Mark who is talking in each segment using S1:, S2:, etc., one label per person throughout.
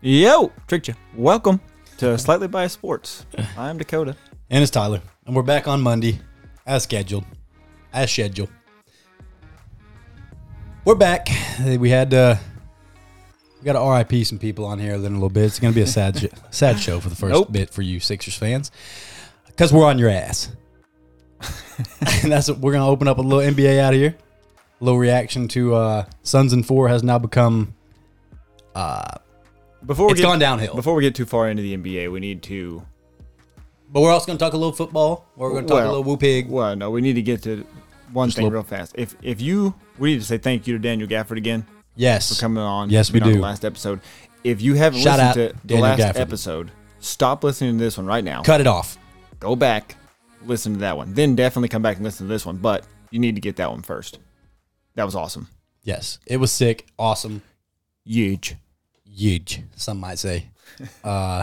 S1: Yo, tricked you. Welcome to Slightly Biased Sports. I'm Dakota.
S2: And it's Tyler. And we're back on Monday as scheduled. As scheduled. We're back. We had uh we got to RIP some people on here in a little bit. It's going to be a sad sh- sad show for the first
S1: Nope.
S2: bit for you Sixers fans cuz we're on your ass. and that's what we're going to open up a little NBA out of here. A little reaction to uh Suns and 4 has now become
S1: Before we
S2: It's
S1: get,
S2: gone downhill.
S1: Before we get too far into the NBA, we need to.
S2: but we're also going to talk a little football. We're going to talk
S1: Well,
S2: a little woo pig.
S1: Well, no, we need to get to one thing
S2: little-
S1: real fast. If if you, we need to say thank you to Daniel Gafford again for
S2: Yes.
S1: coming on.
S2: Yes,
S1: being
S2: we
S1: on
S2: do.
S1: The last episode. If you haven't
S2: Shout
S1: listened to
S2: out
S1: the
S2: Daniel
S1: last
S2: Gafford.
S1: episode, stop listening to this one right now.
S2: Cut it off.
S1: Go back, listen to that one. Then definitely come back and listen to this one. But you need to get that one first. That was awesome.
S2: Yes. It was sick. Awesome.
S1: Huge.
S2: huge, some might say. Uh,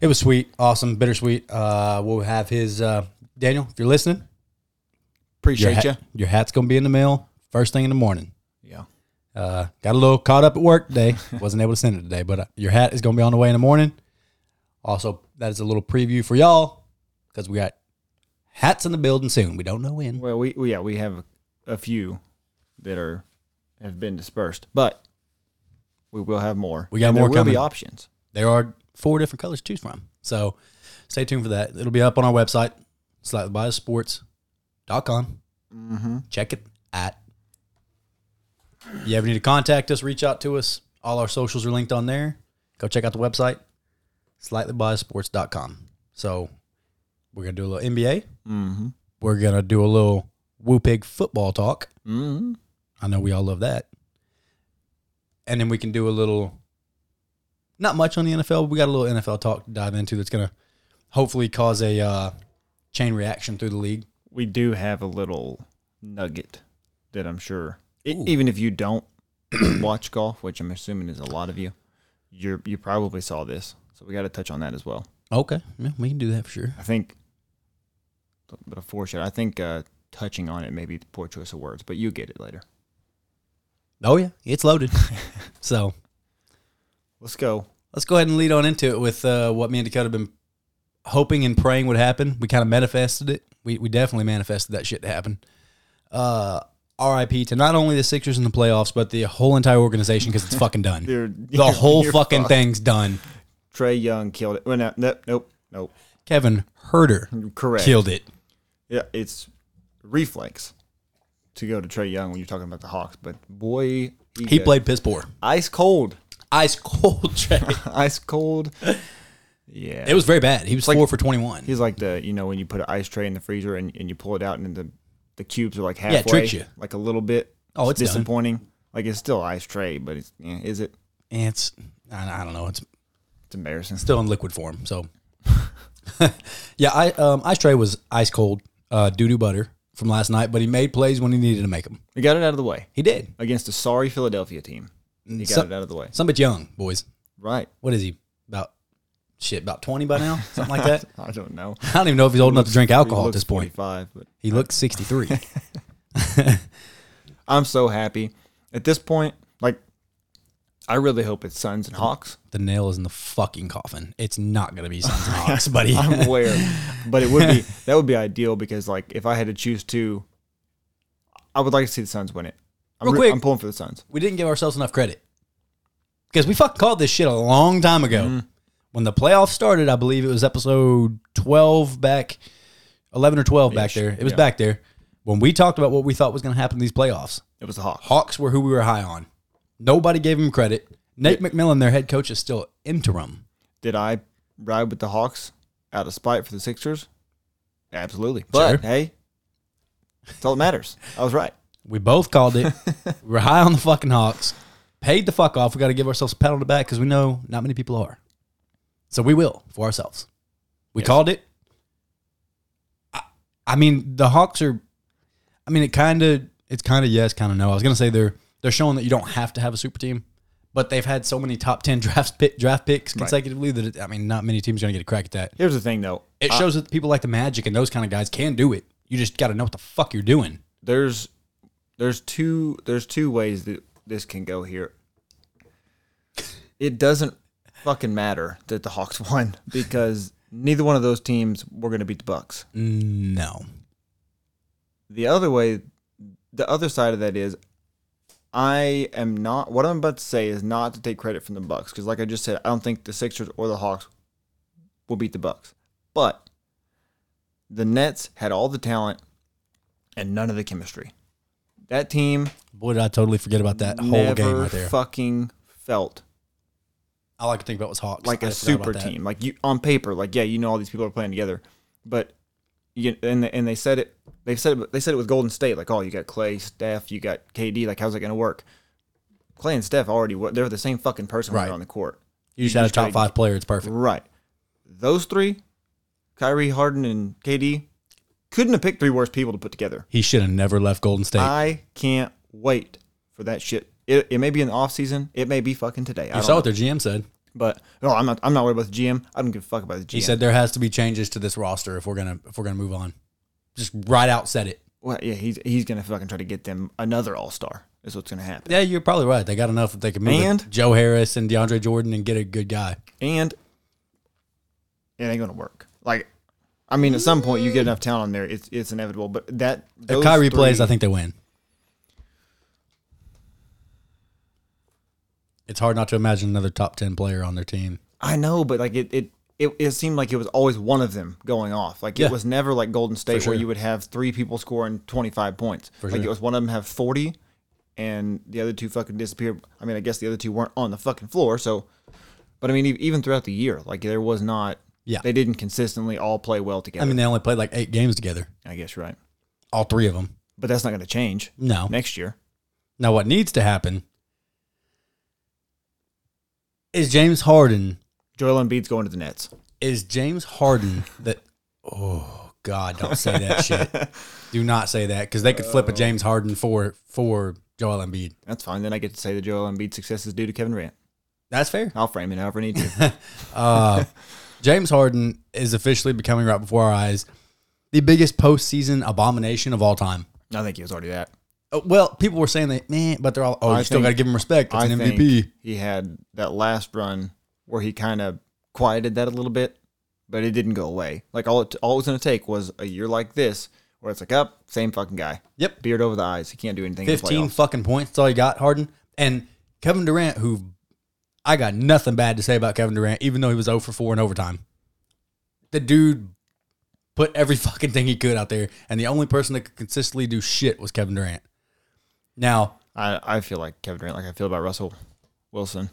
S2: it was sweet, awesome, bittersweet. Uh, we'll have his uh, Daniel. If you're listening, your,
S1: Appreciate
S2: hat-
S1: you.
S2: your hat's gonna be in the mail first thing in the morning.
S1: Yeah.
S2: Uh, got a little caught up at work today. Wasn't able to send it today, but uh, your hat is gonna be on the way in the morning. Also, that is a little preview for y'all because we got hats in the building soon. We don't know when.
S1: Well, we, we yeah we have a few that are have been dispersed, but we will have more.
S2: We got
S1: And
S2: more
S1: There will
S2: coming.
S1: be options.
S2: There are four different colors to choose from. So stay tuned for that. It'll be up on our website, slightlybiasports.com. Check it out. If you ever need to contact us, reach out to us. All our socials are linked on there. Go check out the website, slightlybiasports.com. So we're going to do a little NBA.
S1: Mm-hmm.
S2: We're going to do a little Woo Pig football talk.
S1: Mm-hmm.
S2: I know we all love that. And then we can do a little, not much on the NFL. But we got a little NFL talk to dive into that's going to hopefully cause a uh, chain reaction through the league.
S1: We do have a little nugget that I'm sure, i
S2: Ooh.
S1: even if you don't watch golf, which I'm assuming is a lot of you, you you probably saw this. So we got to touch on that as well.
S2: Okay, yeah, we can do that for sure.
S1: I think, a little bit of foreshadow. I think uh, touching on it may be the poor choice of words, but you get it later.
S2: Oh yeah, it's loaded. so
S1: Let's go.
S2: let's go ahead and lead on into it with uh, what me and Dakota have been hoping and praying would happen. We kind of manifested it. We we definitely manifested that shit to happen. Uh, R.I.P. to not only the Sixers in the playoffs, but the whole entire organization because it's fucking done.
S1: You're-
S2: the
S1: you're-
S2: whole
S1: you're
S2: fucking
S1: fucked.
S2: thing's done.
S1: Trey Young killed it. Well, no, nope, nope, nope.
S2: Kevin Herder
S1: Correct.
S2: killed it.
S1: Yeah, it's reflex to go to Trey Young when you're talking about the Hawks, but boy, he,
S2: He
S1: got
S2: played piss poor.
S1: ice cold,
S2: Ice cold Trey.
S1: ice cold. Yeah,
S2: it was very bad. He was
S1: like-
S2: four for twenty one.
S1: He's like the you know when you put an ice tray in the freezer and, and you pull it out and the the cubes are like halfway,
S2: it tricks you.
S1: like a little bit.
S2: Oh, it's done.
S1: disappointing. Like it's still ice tray, but it's yeah, is it?
S2: It's I I don't know. It's
S1: It's embarrassing.
S2: still in liquid form. So yeah, I um, Ice Trey was ice cold uh, doo doo butter from last night, but he made plays when he needed to make them.
S1: We got it out of the way
S2: He did.
S1: against a sorry Philadelphia team. You got
S2: Mm, So-
S1: it out of the way,
S2: Some bit young boys.
S1: right?
S2: What is he about? Shit, about twenty by now, something like that.
S1: I don't know.
S2: I don't even know if he's old enough to drink
S1: He
S2: alcohol at
S1: looks
S2: this point.
S1: 45, but
S2: He looks sixty three.
S1: I'm so happy. At this point, like, I really hope it's Suns and Hawks.
S2: the nail is in the fucking coffin. It's not gonna be Suns and Hawks, buddy.
S1: I'm aware, but it would be that would be ideal because like if I had to choose two, I would like to see the Suns win it. I'm,
S2: Real
S1: re-
S2: quick.
S1: I'm pulling for the Suns.
S2: we didn't give ourselves enough credit because we fucking called this shit a long time ago.
S1: Mm-hmm.
S2: When the playoffs started, I believe it was episode twelve back, eleven or twelve back
S1: Ish,
S2: there. It was
S1: yeah.
S2: back there when we talked about what we thought was gonna happen in these playoffs.
S1: It was the Hawks.
S2: Hawks were who we were high on. Nobody gave him credit. Nate McMillan, their head coach, is still interim.
S1: Did I ride with the Hawks out of spite for the Sixers? Absolutely. But
S2: Sure.
S1: hey, that's all that matters. I was right.
S2: We both called it. we were high on the fucking Hawks. Paid the fuck off. We got to give ourselves a pat on the back because we know not many people are. So we will for ourselves. We called it. I, I mean, the Hawks are. I mean, it kind of it's kind of yes, kind of no. I was gonna say they're they're showing that you don't have to have a super team, but they've had so many top ten draft pick, draft picks consecutively that it, I mean, not many teams are gonna get a crack at that.
S1: Here's the thing, though.
S2: It shows that people like the Magic and those kind of guys can do it. You just got to know what the fuck you're doing.
S1: There's there's two there's two ways that this can go here. It doesn't fucking matter that the Hawks won because neither one of those teams were going to beat the Bucks.
S2: No,
S1: The other way, the other side of that is, I am not. What I'm about to say is not to take credit from the Bucks because, like I just said, I don't think the Sixers or the Hawks will beat the Bucks. But the Nets had all the talent and none of the chemistry. That team
S2: boy, did I totally forget about that whole game
S1: never
S2: right there.
S1: fucking felt
S2: All I could think about was Hawks,
S1: like
S2: a
S1: a super team. Like you on paper, like yeah, you know all these people are playing together, but you and and they said it. They said it, they said it with Golden State. Like oh, you got Clay, Steph, you got KD. Like how's it gonna work? Clay and Steph already were- they're the same fucking person when
S2: Right.
S1: they're on the court.
S2: You just had a
S1: just
S2: top
S1: gotta-
S2: five player. It's perfect.
S1: Right. Those three, Kyrie, Harden, and KD, couldn't have picked three worse people to put together.
S2: He should have never left Golden State.
S1: I can't wait for that shit. It, it may be in the off season. It may be fucking today. I
S2: you
S1: don't
S2: saw
S1: know.
S2: what their GM said.
S1: But no, I'm not. I'm not worried about the GM. I don't give a fuck about the GM.
S2: He said there has to be changes to this roster if we're gonna if we're gonna move on. Just right out said it.
S1: Well, yeah, he's he's gonna fucking try to get them another All Star. Is what's gonna happen.
S2: Yeah, you're probably right. They got enough that they can move
S1: And-
S2: it. Joe Harris and DeAndre Jordan and get a good guy.
S1: And it ain't gonna work. Like, I mean, at some point you get enough talent on there, it's it's inevitable. But that
S2: If
S1: those
S2: Kyrie plays,
S1: three-
S2: I think they win. It's hard not to imagine another top ten player on their team.
S1: I know, but like it it. It, it seemed like it was always one of them going off. Like
S2: Yeah.
S1: it was never like Golden State
S2: sure.
S1: where you would have three people scoring twenty five points. like it
S2: sure.
S1: was one of them have forty, and the other two fucking disappeared. I mean, I guess the other two weren't on the fucking floor. So, but I mean, e- even throughout the year, like there was not.
S2: Yeah.
S1: They didn't consistently all play well together.
S2: I mean, they only played like eight games together,
S1: I guess you're right.
S2: all three of them.
S1: But that's not going to change
S2: No,
S1: next year.
S2: Now, what needs to happen is James Harden.
S1: Joel Embiid's going to the Nets.
S2: Is James Harden that? Oh God, don't say that shit. Do not say that because they could flip a James Harden for for Joel Embiid.
S1: That's fine. Then I get to say the Joel Embiid success is due to Kevin Durant.
S2: That's fair.
S1: I'll frame it however I need to.
S2: Uh, James Harden is officially becoming right before our eyes the biggest postseason abomination of all time.
S1: I think he was already that.
S2: Uh, Well, people were saying that, man, but they're all, oh,
S1: I
S2: you still
S1: think-
S2: got to give him respect. It's
S1: I
S2: an
S1: think
S2: MVP.
S1: he had that last run where he kind of quieted that a little bit, but it didn't go away. Like all it, all it was going to take was a year like this where it's like up, same fucking guy.
S2: Yep.
S1: Beard over the eyes. He can't do anything. 15.
S2: 15 fucking points. That's all he got, Harden. And Kevin Durant, who I got nothing bad to say about Kevin Durant, even though he was 0 for 4 in overtime. The dude put every fucking thing he could out there, and the only person that could consistently do shit was Kevin Durant. Now,
S1: I, I feel like Kevin Durant, like I feel about Russell Wilson.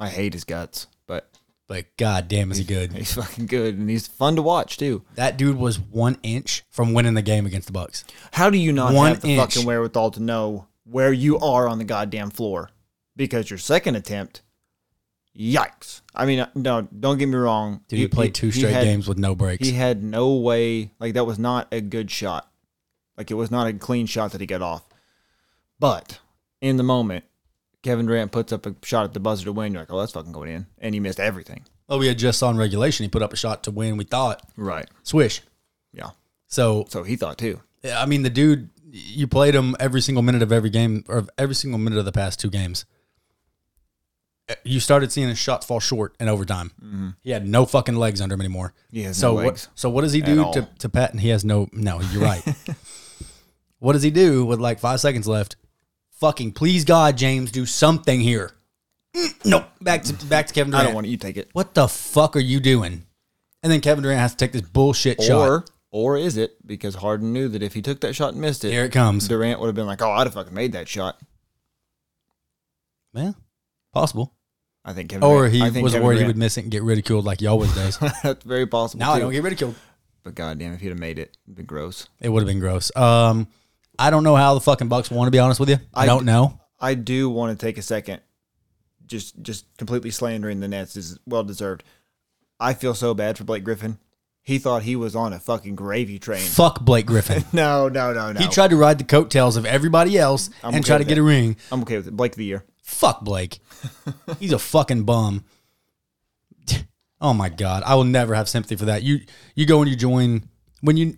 S1: I hate his guts, but
S2: but god damn is he good.
S1: he's fucking good and he's fun to watch too.
S2: That dude was one inch from winning the game against the Bucks.
S1: How do you not
S2: One
S1: have the
S2: inch.
S1: fucking wherewithal to know where you are on the goddamn floor? Because your second attempt, yikes! I mean, uh, no, don't get me wrong.
S2: Dude, he, played two straight
S1: had-
S2: games with no breaks.
S1: He had no way. Like that was not a good shot. Like it was not a clean shot that he got off. But in the moment, Kevin Durant puts up a shot at the buzzer to win. You're like, oh, that's fucking going in, and he missed everything.
S2: well, we had Oh, just saw in regulation. He put up a shot to win. We thought
S1: Right.
S2: swish.
S1: Yeah.
S2: So
S1: So he thought too.
S2: I mean, the dude, you played him every single minute of every game or every single minute of the past two games. You started seeing his shots fall short in overtime. He had no fucking legs under him anymore.
S1: He has
S2: so
S1: Mm-hmm. no
S2: what?
S1: legs.
S2: So what does he do
S1: all.
S2: to to Pat? And he has no. No, you're right. what does he do with like five seconds left? Fucking please God, James, do something here. Mm, Nope. Back to back to Kevin
S1: I
S2: Durant.
S1: don't want it. You take it.
S2: What the fuck are you doing? And then Kevin Durant has to take this bullshit shot.
S1: Or or is it because Harden knew that if he took that shot and missed it,
S2: Here it comes.
S1: Durant would have been like, "Oh, I'd have fucking made that shot."
S2: Yeah, possible.
S1: I think Kevin.
S2: Or
S1: Durant-
S2: he
S1: I think
S2: was
S1: Kevin
S2: worried he would
S1: Durant-
S2: miss it and get ridiculed like he always does.
S1: That's very possible.
S2: now I
S1: too.
S2: don't get ridiculed.
S1: But goddamn, if he'd have made it, it'd be gross.
S2: It would have been gross. Um, I don't know how the fucking Bucks won. To be honest with you, I,
S1: I-
S2: don't know.
S1: I do want to take a second, just just completely slandering the Nets is well deserved. I feel so bad for Blake Griffin he thought he was on a fucking gravy train.
S2: Fuck Blake Griffin.
S1: No, no, no, no.
S2: He tried to ride the coattails of everybody else
S1: I'm
S2: and
S1: okay
S2: try to
S1: with
S2: get
S1: that.
S2: a ring.
S1: I'm okay with it. Blake of the year.
S2: Fuck Blake. He's a fucking bum. Oh my god, I will never have sympathy for that. You you go and you join when you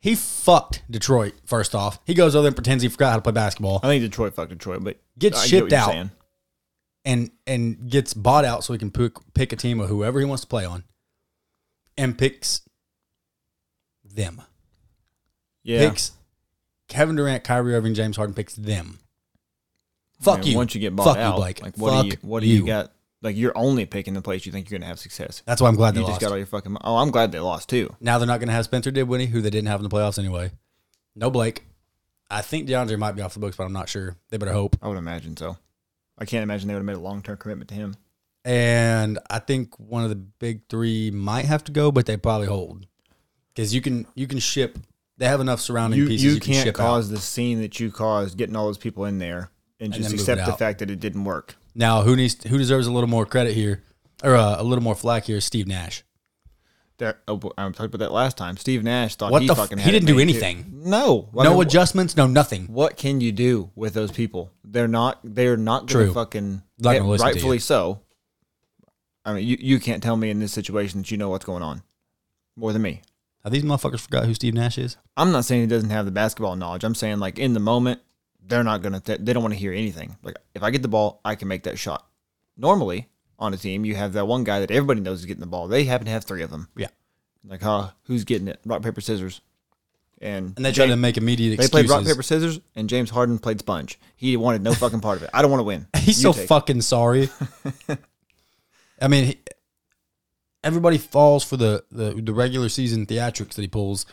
S2: he fucked Detroit first off. He goes over there and pretends he forgot how to play basketball
S1: I think Detroit fucked Detroit, but
S2: Gets
S1: I
S2: shipped out. and and gets bought out so he can pick, pick a team of whoever he wants to play on and picks them.
S1: Yeah.
S2: Picks Kevin Durant, Kyrie Irving, James Harden picks them. Fuck
S1: And
S2: you.
S1: Once you get bought
S2: Fuck
S1: out,
S2: you, Blake.
S1: like what do you
S2: Fuck
S1: what do you.
S2: you.
S1: got? Like you're only picking the place you think you're gonna have success.
S2: That's why I'm glad they
S1: You just
S2: lost.
S1: got all your fucking. Oh, I'm glad they lost too.
S2: Now they're not going to have Spencer Dibwitty, who they didn't have in the playoffs anyway. No Blake. I think DeAndre might be off the books, but I'm not sure. They better hope.
S1: I would imagine so. I can't imagine they would have made a long term commitment to him.
S2: And I think one of the big three might have to go, but they probably hold because you can you can ship. They have enough surrounding
S1: You,
S2: pieces.
S1: you,
S2: can
S1: can't
S2: ship out.
S1: cause the scene that you caused getting all those people in there and
S2: And
S1: just
S2: then move it
S1: accept the
S2: out.
S1: fact that it didn't work.
S2: Now who needs who deserves a little more credit here or uh, a little more flack here? is Steve Nash.
S1: That, oh, but I talked about that last time. Steve Nash thought
S2: What
S1: he
S2: the f-
S1: fucking
S2: he
S1: had it
S2: didn't do
S1: made, too.
S2: anything.
S1: No, I
S2: no
S1: mean,
S2: adjustments. No nothing.
S1: what can you do with those people? They're not. They're not going
S2: True.
S1: to fucking.
S2: Not gonna listen to you.
S1: rightfully so. I mean, you, you can't tell me in this situation that you know what's going on more than me.
S2: Have these motherfuckers forgot who Steve Nash is?
S1: I'm not saying he doesn't have the basketball knowledge. I'm saying like in the moment, they're not gonna. Th- they don't want to hear anything. Like if I get the ball, I can make that shot. Normally on a team, you have that one guy that everybody knows is getting the ball. They happen to have three of them.
S2: Yeah.
S1: Like, huh? Who's getting it? Rock paper scissors. And
S2: And they try to
S1: James-
S2: make immediate
S1: they
S2: excuses.
S1: played rock paper scissors, and James Harden played sponge. He wanted no fucking part of it. I don't want to win.
S2: He's
S1: You
S2: so
S1: take it.
S2: fucking sorry. I mean, he, everybody falls for the, the the regular season theatrics that he pulls.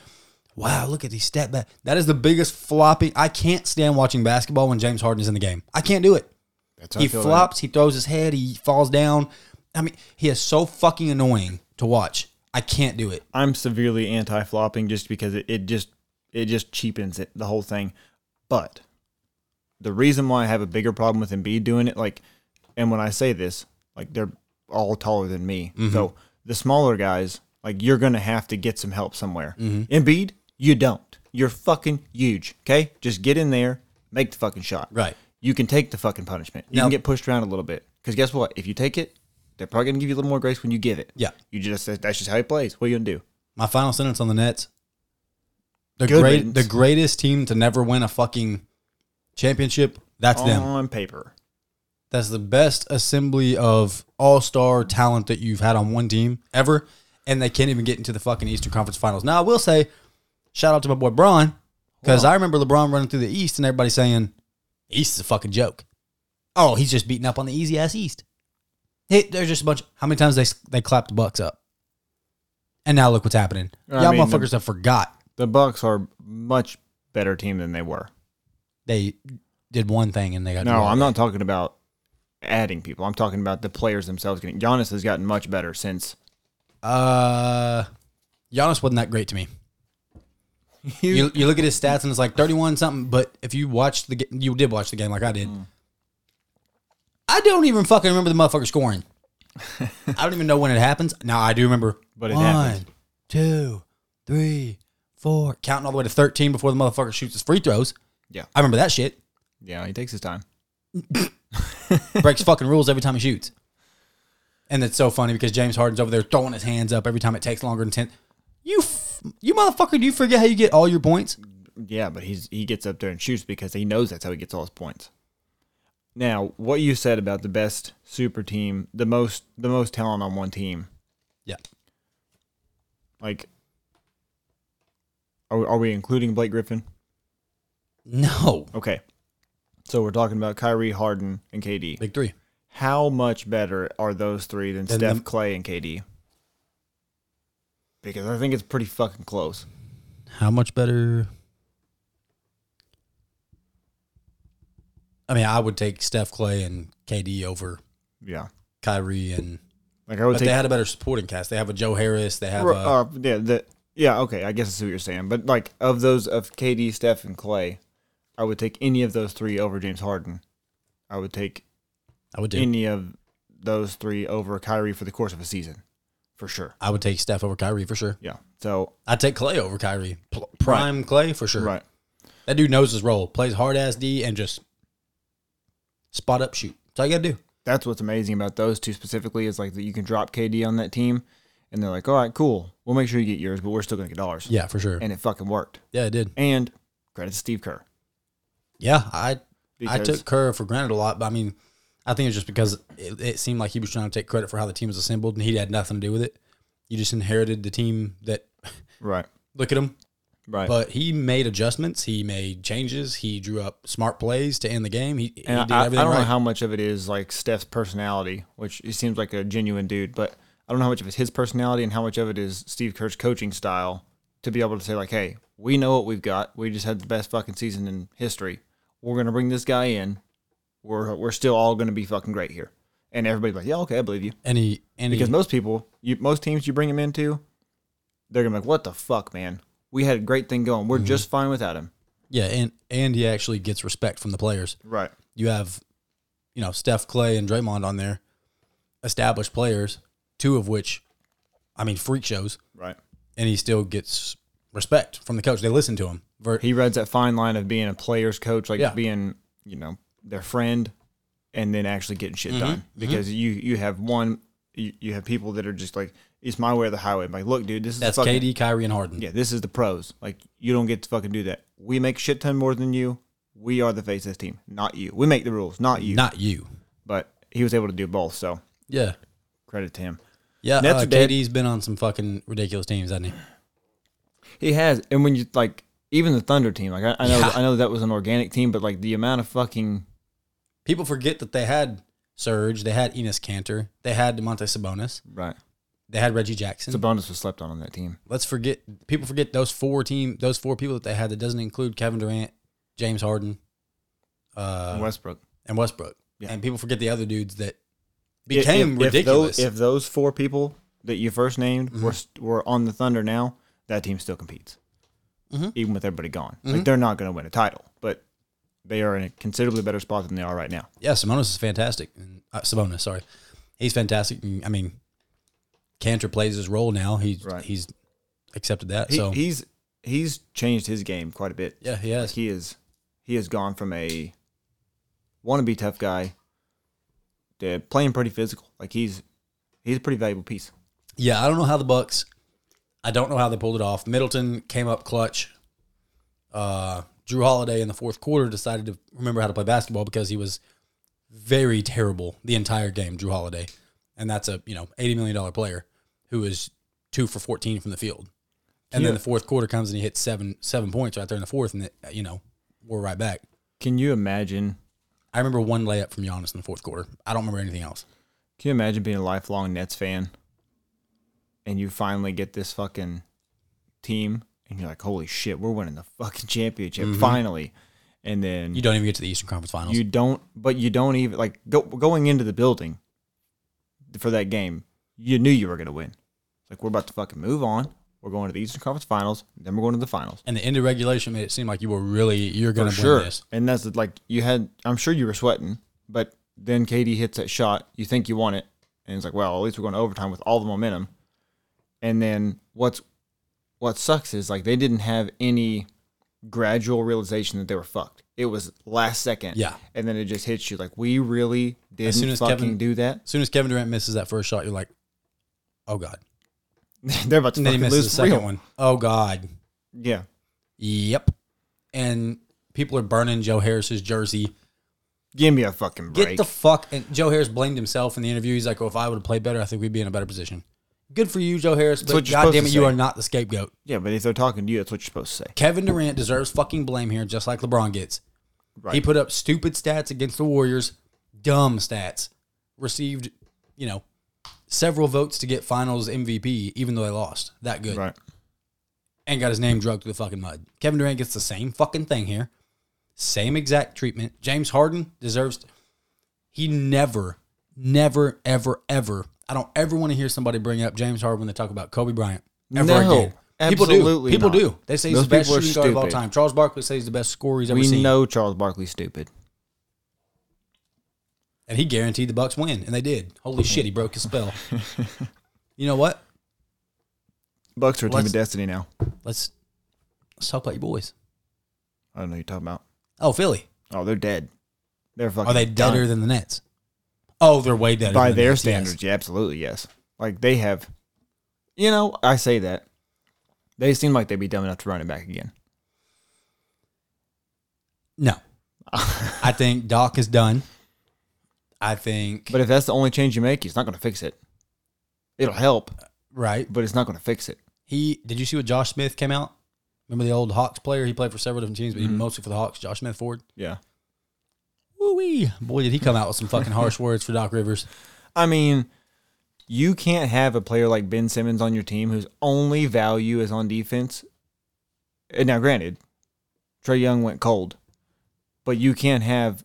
S2: Wow, look at these step back. That is the biggest floppy. I can't stand watching basketball when James Harden is in the game. I can't do it.
S1: That's how I
S2: He
S1: feel about
S2: flops. He throws his head. He falls down. I mean, he is so fucking annoying to watch. I can't do it.
S1: it. I'm severely anti-flopping just because it, it just it just cheapens it the whole thing. But the reason why I have a bigger problem with Embiid doing it, like, and when I say this, like they're all taller than me, so the smaller guys, like you're gonna have to get some help somewhere. Embiid, you don't. You're fucking huge. Okay, just get in there, make the fucking shot.
S2: Right.
S1: you can take the fucking punishment. You
S2: Now-
S1: can get pushed around a little bit. Because guess what? If you take it, they're probably going to give you a little more grace when you give it.
S2: Yeah.
S1: You just that's just how he plays. What are you going to do?
S2: My final sentence on the Nets. The
S1: Good
S2: great,
S1: riddance.
S2: the greatest team to never win a fucking championship. That's them.
S1: On paper.
S2: That's the best assembly of all star talent that you've had on one team ever. And they can't even get into the fucking Eastern Conference Finals. Now, I will say, shout out to my boy Braun, because I remember LeBron running through the East and everybody saying, East is a fucking joke. Oh, he's just beating up on the easy ass East. Hey, there's just a bunch. How many times they they clapped the Bucks up? And now look what's happening.
S1: I
S2: Y'all
S1: mean, the-
S2: motherfuckers have forgot
S1: The Bucks are much better team than they were.
S2: they did one thing and they got
S1: No,
S2: derailed.
S1: I'm not talking about adding people. I'm talking about the players themselves getting. Giannis has gotten much better since.
S2: Uh, Giannis wasn't that great to me. you, you look at his stats and it's like 31 something but if you watched the game you did watch the game like i did
S1: Hmm.
S2: i don't even fucking remember the motherfucker scoring i don't even know when it happens now i do remember
S1: But it
S2: one,
S1: happens.
S2: two, three, four, counting all the way to 13 before the motherfucker shoots his free throws
S1: Yeah.
S2: i remember that shit
S1: Yeah, he takes his time.
S2: breaks fucking rules every time he shoots and it's so funny because james harden's over there throwing his hands up every time it takes longer than 10 you f- you motherfucker do you forget how you get all your points
S1: Yeah, but he's he gets up there and shoots because he knows that's how he gets all his points. Now, what you said about the best super team, the most the most talent on one team,
S2: yeah
S1: like are, are we including Blake Griffin?
S2: no
S1: Okay. So we're talking about Kyrie, Harden, and KD.
S2: big three
S1: How much better are those three than
S2: Than
S1: Steph,
S2: them-
S1: Clay, and KD? Because I think it's pretty fucking close.
S2: How much better? I mean, I would take Steph Clay and KD over
S1: Yeah.
S2: Kyrie, and
S1: Like I would
S2: but
S1: take
S2: they had a better supporting cast. They have a Joe Harris. They have
S1: Ro-
S2: a
S1: uh, yeah, the, yeah, okay. I guess I see what you're saying. But like of those of KD, Steph, and Clay, I would take any of those three over James Harden. I would take
S2: I would do.
S1: any of those three over Kyrie for the course of a season. for sure.
S2: I would take Steph over Kyrie for sure.
S1: Yeah. So
S2: I'd take Clay over Kyrie. Pl- prime Clay for sure.
S1: right.
S2: That dude knows his role. Plays hard ass D and just spot up shoot. That's all you gotta do.
S1: That's what's amazing about those two specifically is like that you can drop KD on that team, and they're like, all right, cool, we'll make sure you get yours, but we're still gonna get ours.
S2: Yeah, for sure.
S1: And it fucking worked.
S2: yeah, it did.
S1: And credit to Steve Kerr.
S2: Yeah, I I
S1: Because
S2: took Kerr for granted a lot, but I mean, I think it's just because it, it seemed like he was trying to take credit for how the team was assembled, and he had nothing to do with it. You just inherited the team that
S1: right,
S2: look at him,
S1: right.
S2: but he made adjustments, he made changes, he drew up smart plays to end the game. He, he did
S1: and I, I
S2: everything
S1: don't know
S2: right.
S1: how much of it is like Steph's personality, which he seems like a genuine dude, but I don't know how much of it's his personality and how much of it is Steve Kerr's coaching style to be able to say like, hey, we know what we've got. We just had the best fucking season in history. We're gonna bring this guy in. We're we're still all gonna be fucking great here. And everybody's like, yeah, okay, I believe you.
S2: and he and
S1: Because
S2: he,
S1: most people, you, most teams you bring him into, they're gonna be like, what the fuck, man? We had a great thing going. We're just fine without him.
S2: yeah, and and he actually gets respect from the players.
S1: Right.
S2: you have, you know, Steph, Clay, and Draymond on there, established players, two of which, I mean, freak shows,
S1: Right.
S2: and he still gets respect from the coach. They listen to him. Ver-
S1: he runs that fine line of being a player's coach, like
S2: Yeah.
S1: being, you know, their friend, and then actually getting shit done. Because you you have one, you, you have people that are just like, it's my way or the highway. I'm like, look, dude, this is
S2: That's
S1: the fucking,
S2: KD, Kyrie, and Harden.
S1: yeah, this is the pros. Like, you don't get to fucking do that. We make shit ton more than you. We are the face of this team, not you. We make the rules, not you.
S2: Not you.
S1: but he was able to do both, so
S2: Yeah.
S1: credit to him.
S2: Yeah.
S1: Nets
S2: Uh,
S1: are dead.
S2: KD's been on some fucking ridiculous teams, hasn't he?
S1: He has, and when you like, even the Thunder team, like I, I know,
S2: Yeah.
S1: I know that was an organic team, but like the amount of fucking
S2: People forget that they had Serge, they had Enos Cantor, they had DeMonte Sabonis,
S1: right,
S2: they had Reggie Jackson.
S1: Sabonis was slept on on that team.
S2: Let's forget people forget those four team those four people that they had that doesn't include Kevin Durant, James Harden, uh,
S1: Westbrook
S2: and Westbrook.
S1: Yeah.
S2: And people forget the other dudes that became
S1: tho-
S2: ridiculous.
S1: If those, four people that you first named were st- were on the Thunder now, that team still competes,
S2: Mhm.
S1: even with everybody gone. Like they're not going to win a title, but they are in a considerably better spot than they are right now.
S2: yeah, Simonis is fantastic. And, uh, Sabonis, sorry, he's fantastic. And, I mean, Cantor plays his role now. He's
S1: Right.
S2: he's accepted that.
S1: He,
S2: so
S1: he's he's changed his game quite a bit.
S2: yeah, he has.
S1: He is he has gone from a wannabe tough guy to playing pretty physical. Like he's he's a pretty valuable piece.
S2: Yeah, I don't know how the Bucks. I don't know how they pulled it off. Middleton came up clutch. Uh, Drew Holiday in the fourth quarter decided to remember how to play basketball because he was very terrible the entire game. Drew Holiday, and that's a you know eighty million dollar player who is two for fourteen from the field. And then
S1: Yeah.
S2: the fourth quarter comes and he hits seven seven points right there in the fourth, and it, you know we're right back.
S1: Can you imagine
S2: I remember one layup from Giannis in the fourth quarter. I don't remember anything else.
S1: Can you imagine being a lifelong Nets fan and you finally get this fucking team and you're like, holy shit, we're winning the fucking championship finally. And then
S2: You
S1: you,
S2: don't even get to the Eastern Conference Finals.
S1: don't, but you don't even like go, going into the building for that game, you knew you were going to win. It's like, we're about to fucking move on. We're going to the Eastern Conference Finals, then we're going to the finals.
S2: and the end of regulation made it seem like you were really you're going
S1: For
S2: to win
S1: sure.
S2: this.
S1: And that's like, you had, I'm sure you were sweating, but then KD hits that shot. You think you won it. And it's like, well, at least we're going to overtime with all the momentum. And then what's, what sucks is like they didn't have any gradual realization that they were fucked. It was last second.
S2: Yeah.
S1: And then it just hits you like, we really didn't
S2: soon as
S1: fucking
S2: Kevin-
S1: do that.
S2: As soon as Kevin Durant misses that first shot, you're like, oh God.
S1: They're about to
S2: And then he
S1: fucking
S2: misses
S1: lose
S2: the
S1: real.
S2: second one. Oh God.
S1: Yeah.
S2: Yep. And people are burning Joe Harris's jersey.
S1: Give me a fucking break.
S2: Get the fuck. And Joe Harris blamed himself in the interview. He's like, well, if I would have played better, I think we'd be in a better position. Good for you, Joe Harris. But
S1: what you're supposed
S2: God damn
S1: to
S2: it, you
S1: say.
S2: are not the scapegoat.
S1: yeah, but if they're talking to you, that's what you're supposed to say.
S2: Kevin Durant deserves fucking blame here, just like LeBron gets.
S1: Right.
S2: He put up stupid stats against the Warriors, dumb stats. Received, you know, several votes to get Finals MVP, even though they lost. That good.
S1: Right.
S2: and got his name drugged through the fucking mud. Kevin Durant gets the same fucking thing here, same exact treatment. James Harden deserves. He never, never, ever, ever. I don't ever want to hear somebody bring up James Harden when they talk about Kobe Bryant ever
S1: No,
S2: again. People do.
S1: absolutely
S2: People
S1: not.
S2: do. They say he's
S1: Those
S2: the best
S1: people are
S2: shooting guard of all
S1: stupid.
S2: time. Charles Barkley says he's the best scorer he's ever
S1: We
S2: seen,
S1: know Charles Barkley's stupid.
S2: and he guaranteed the Bucks win, and they did. Holy shit, he broke his spell. you know what?
S1: Bucks are a team
S2: Let's-
S1: of destiny now.
S2: Let's let's talk about your boys.
S1: I don't know what you're talking about.
S2: Oh, Philly.
S1: Oh, they're dead. They're fucking.
S2: Are they
S1: done.
S2: deader than the Nets? Oh, they're way deader
S1: by
S2: than the
S1: their
S2: Nets, yes.
S1: standards, yeah, absolutely, yes. Like they have, you know, I say that they seem like they'd be dumb enough to run it back again.
S2: No, I think Doc is done. I think
S1: But if that's the only change you make, it's not going to fix it. It'll help,
S2: right.
S1: but it's not going to fix it.
S2: He did you see what Josh Smith came out? Remember the old Hawks player? He played for several different teams, but
S1: Mm-hmm.
S2: he mostly for the Hawks. Josh Smith Ford.
S1: Yeah,
S2: Woo wee! Boy, did he come out with some fucking harsh words for Doc Rivers.
S1: I mean, you can't have a player like Ben Simmons on your team whose only value is on defense. And now, granted, Trey Young went cold, but you can't have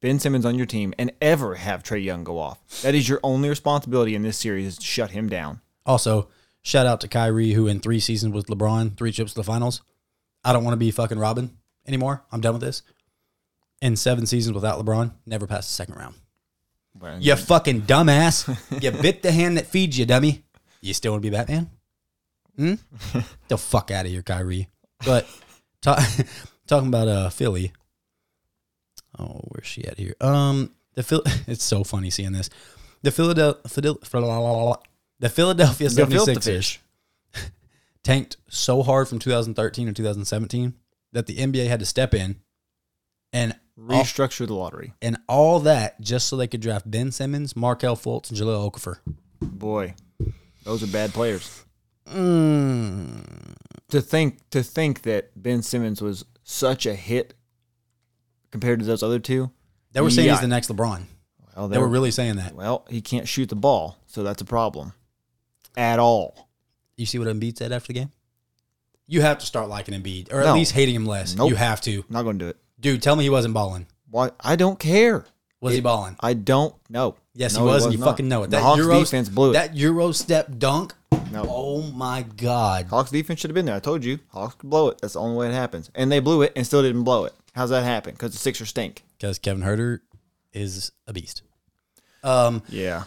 S1: Ben Simmons on your team and ever have Trey Young go off. That is your only responsibility in this series is to shut him down.
S2: Also, shout out to Kyrie, who in three seasons with LeBron, three trips to the finals. I don't want to be fucking Robin anymore. I'm done with this. In seven seasons without LeBron, never passed the second round. You fucking dumbass. you bit the hand that feeds you, dummy. You still want to be Batman? Hmm? the fuck out of here, Kyrie. But ta- talking about uh Philly. Oh, where's she at here? Um, the Phil. It's so funny seeing this. The Philadelphia, the Philadelphia
S1: The
S2: 76ers tanked so hard from 2013 to 2017 that the NBA had to step in and all-
S1: restructure the lottery.
S2: and all that just so they could draft Ben Simmons, Markel Fultz, and Jaleel Okafor.
S1: Boy, those are bad players.
S2: Mm.
S1: To think to think that Ben Simmons was such a hit compared to those other two.
S2: They were saying
S1: Yeah.
S2: he's the next LeBron.
S1: Well,
S2: They were really saying that.
S1: Well, he can't shoot the ball, so that's a problem. At all.
S2: You see what Embiid said after the game? You have to start liking Embiid, or at
S1: No.
S2: least hating him less.
S1: Nope.
S2: You have to,
S1: Not going to do it.
S2: dude. Tell me he wasn't balling.
S1: Why? I don't care.
S2: Was he balling?
S1: I don't know.
S2: Yes,
S1: No,
S2: he was, and you
S1: not.
S2: fucking know it.
S1: The
S2: That
S1: Hawks
S2: Euro
S1: defense blew it.
S2: That Euro step dunk.
S1: No.
S2: Oh my god.
S1: Hawks defense should have been there. I told you, Hawks could blow it. That's the only way it happens. And they blew it and still didn't blow it. How's that happen? Because the Sixers stink.
S2: Because Kevin Herter is a beast. Um,
S1: Yeah.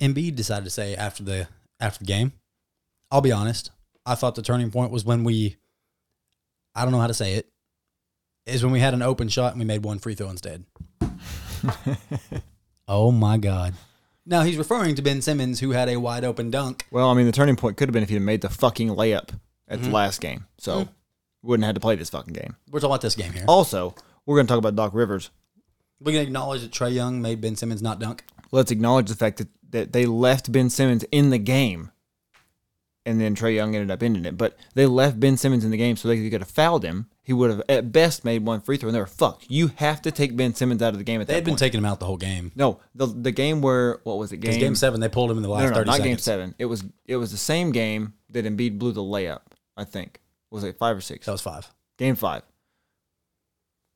S2: Embiid decided to say after the after the game, I'll be honest, I thought the turning point was when we I don't know how to say it, is when we had an open shot and we made one free throw instead. oh my god. Now he's referring to Ben Simmons who had a wide open dunk.
S1: Well, I mean, the turning point could have been if he had made the fucking layup at
S2: Mm-hmm.
S1: the last game. So,
S2: Mm.
S1: wouldn't have had to play this fucking game.
S2: We're talking about this game here.
S1: Also, we're going to talk about Doc Rivers.
S2: We can acknowledge that Trey Young made Ben Simmons not dunk.
S1: Let's acknowledge the fact that, that they left Ben Simmons in the game. And then Trey Young ended up ending it. But they left Ben Simmons in the game so they could have fouled him. He would have, at best, made one free throw. And they were, fuck, you have to take Ben Simmons out of the game at
S2: They
S1: that
S2: had been
S1: point.
S2: taking him out the whole game.
S1: no, the, the game where, what was it?
S2: Because game seven, they pulled him in the last
S1: No, no, no,
S2: 30
S1: not
S2: seconds.
S1: game seven. It was it was the same game that Embiid blew the layup. I think was it five or six?
S2: That was five.
S1: Game five.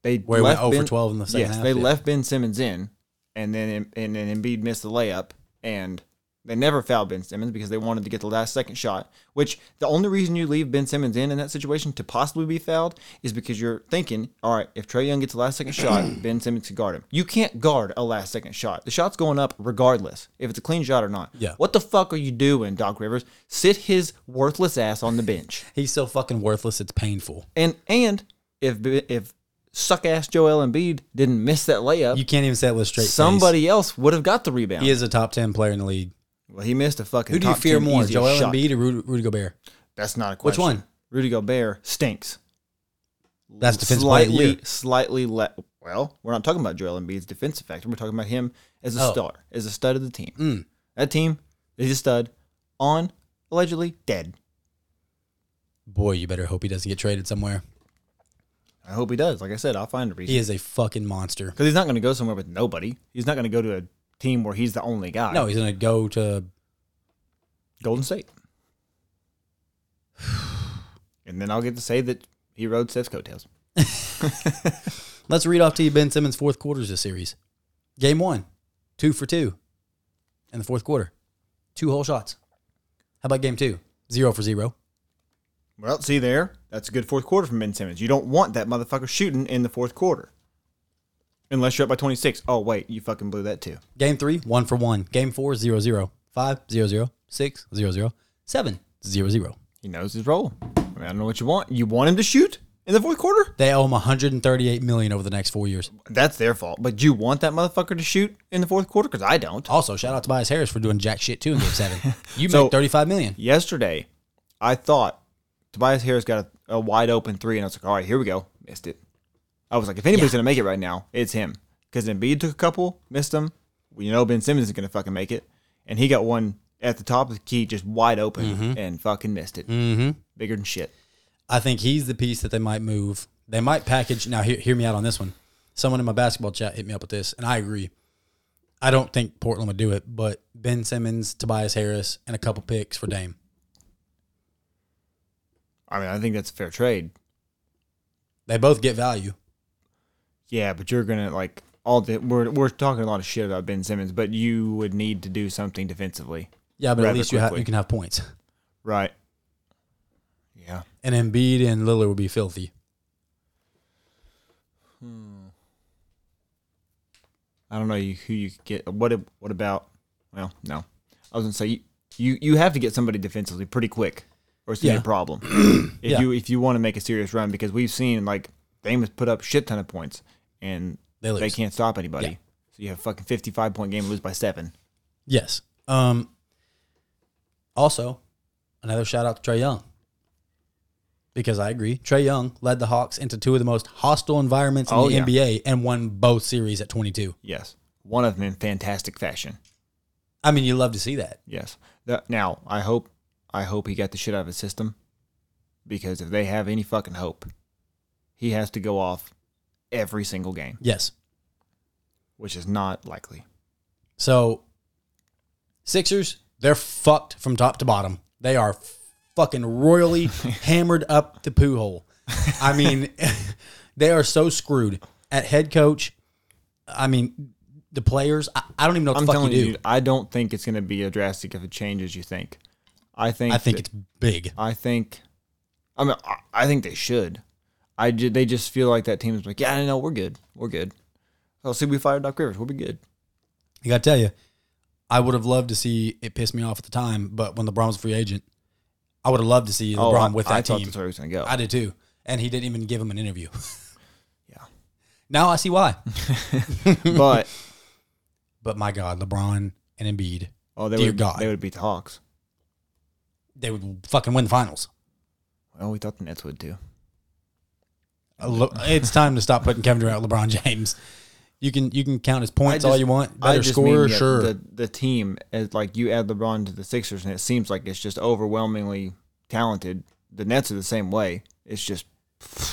S1: They
S2: Where he went
S1: left
S2: 0 for
S1: Ben-
S2: 12 in the second
S1: yes,
S2: half,
S1: they
S2: yeah.
S1: left Ben Simmons in, and then and then Embiid missed the layup, and they never fouled Ben Simmons because they wanted to get the last second shot. Which the only reason you leave Ben Simmons in in that situation to possibly be fouled is because you're thinking, all right, if Trey Young gets the last second shot, Ben Simmons can guard him. You can't guard a last second shot. The shot's going up regardless if it's a clean shot or not.
S2: Yeah.
S1: What the fuck are you doing, Doc Rivers? Sit his worthless ass on the bench.
S2: He's so fucking worthless, it's painful.
S1: And and if if suck ass Joel Embiid didn't miss that layup,
S2: You can't even say it with a straight face.
S1: somebody else would have got the rebound.
S2: He is a top ten player in the league.
S1: well, he missed a fucking.
S2: Who do you
S1: top
S2: fear
S1: 10
S2: more,
S1: easiest
S2: Joel
S1: shot.
S2: Embiid or Rudy, Rudy Gobert?
S1: That's not a
S2: Which
S1: question.
S2: one?
S1: Rudy Gobert stinks.
S2: That's defensive player of the
S1: slightly,
S2: year.
S1: slightly le- Well, we're not talking about Joel Embiid's defensive factor. We're talking about him as a
S2: Oh.
S1: star, as a stud of the team.
S2: Mm.
S1: That team is a stud on allegedly dead.
S2: Boy, you better hope he doesn't get traded somewhere.
S1: I hope he does. Like I said, I'll find a reason
S2: He is a fucking monster.
S1: because he's not going to go somewhere with nobody. He's not going to go to a team where he's the only guy.
S2: No, he's gonna go to
S1: Golden State. And then I'll get to say that he rode Seth's coattails.
S2: Let's read off to you Ben Simmons' fourth quarters this series. Game one, two for two in the fourth quarter. Two whole shots. How about game two? Zero for zero.
S1: Well, see there, that's a good fourth quarter from Ben Simmons. You don't want that motherfucker shooting in the fourth quarter. Unless you're up by 26. Oh, wait, you fucking blew that too.
S2: Game three, one for one. Game four, zero zero. Five, zero zero. Six, zero zero. Seven, zero zero.
S1: He knows his role. I, mean, I don't know what you want. You want him to shoot in the fourth quarter?
S2: They owe him 138 million over the next four years.
S1: That's their fault. But you want that motherfucker to shoot in the fourth quarter? Because I don't.
S2: Also, shout out to Tobias Harris for doing jack shit too in game seven. You
S1: So-
S2: make 35 million.
S1: Yesterday, I thought Tobias Harris got a, a wide open three, and I was like, all right, here we go. Missed it. I was like, if anybody's going to make it right now, it's him. Because Embiid took a couple, missed them. We know Ben Simmons is going to fucking make it. And he got one at the top of the key, just wide open, and fucking missed it.
S2: Mm-hmm.
S1: Bigger than shit.
S2: I think he's the piece that they might move. They might package. Now, hear, hear me out on this one. Someone in my basketball chat hit me up with this, and I agree. I don't think Portland would do it, but Ben Simmons, Tobias Harris, and a couple picks for Dame.
S1: I mean, I think that's a fair trade.
S2: They both get value.
S1: Yeah, but you're gonna like all the we're we're talking a lot of shit about Ben Simmons, but you would need to do something defensively,
S2: Yeah, but at
S1: Rather
S2: least you, ha-
S1: quickly.
S2: you can have points.
S1: right? Yeah,
S2: And Embiid and Lillard would be filthy.
S1: I don't know you, who you could get. What ab- what about? Well, no, I was gonna say you you, you have to get somebody defensively pretty quick, or it's gonna be
S2: Yeah.
S1: a problem. if
S2: Yeah.
S1: you if you want to make a serious run, because we've seen like Dame has put up shit ton of points and
S2: They lose.
S1: they can't stop anybody.
S2: Yeah.
S1: So you have a fucking fifty five point game, lose by seven.
S2: Yes. Um, also, another shout out to Trey Young. Because I agree, Trey Young led the Hawks into two of the most hostile environments in
S1: Oh,
S2: the
S1: yeah.
S2: NBA and won both series at 22.
S1: Yes, one of them in fantastic fashion.
S2: I mean, you love to see that.
S1: Yes. That, now I hope I hope he got the shit out of his system, because if they have any fucking hope, he has to go off every single game,
S2: Yes.
S1: which is not likely.
S2: So, Sixers, they're fucked from top to bottom. They are fucking royally hammered up the poo hole. I mean, they are so screwed at head coach. I mean, the players. I, I don't even know what
S1: I'm
S2: the fuck you
S1: telling you,
S2: do.
S1: dude, I don't think it's going to be as drastic of a change as you think. I think.
S2: I think
S1: that-
S2: it's big.
S1: I think. I mean, I- I think they should. I ju- they just feel like that team is like, yeah, I know we're good, we're good. Oh, see, we fired Doc Rivers, we'll be good.
S2: I gotta tell you, I would have loved to see it piss me off at the time, but when LeBron was a free agent, I would have loved to see
S1: oh,
S2: LeBron
S1: I-
S2: with
S1: I
S2: that
S1: thought
S2: team.
S1: that's where he was going to go.
S2: I did too. And he didn't even give him an interview.
S1: Yeah.
S2: Now I see why.
S1: but
S2: But my God, LeBron and Embiid,
S1: oh, they
S2: Dear
S1: would
S2: God.
S1: they would beat the Hawks.
S2: they would fucking win the finals.
S1: Well, we thought the Nets would too.
S2: Uh, Le- It's time to stop putting Kevin Durant, LeBron James. You can you can count his points all you want. Better scorer,
S1: the,
S2: sure.
S1: The, the team as like you add LeBron to the Sixers, and it seems like it's just overwhelmingly talented. The Nets are the same way. It's just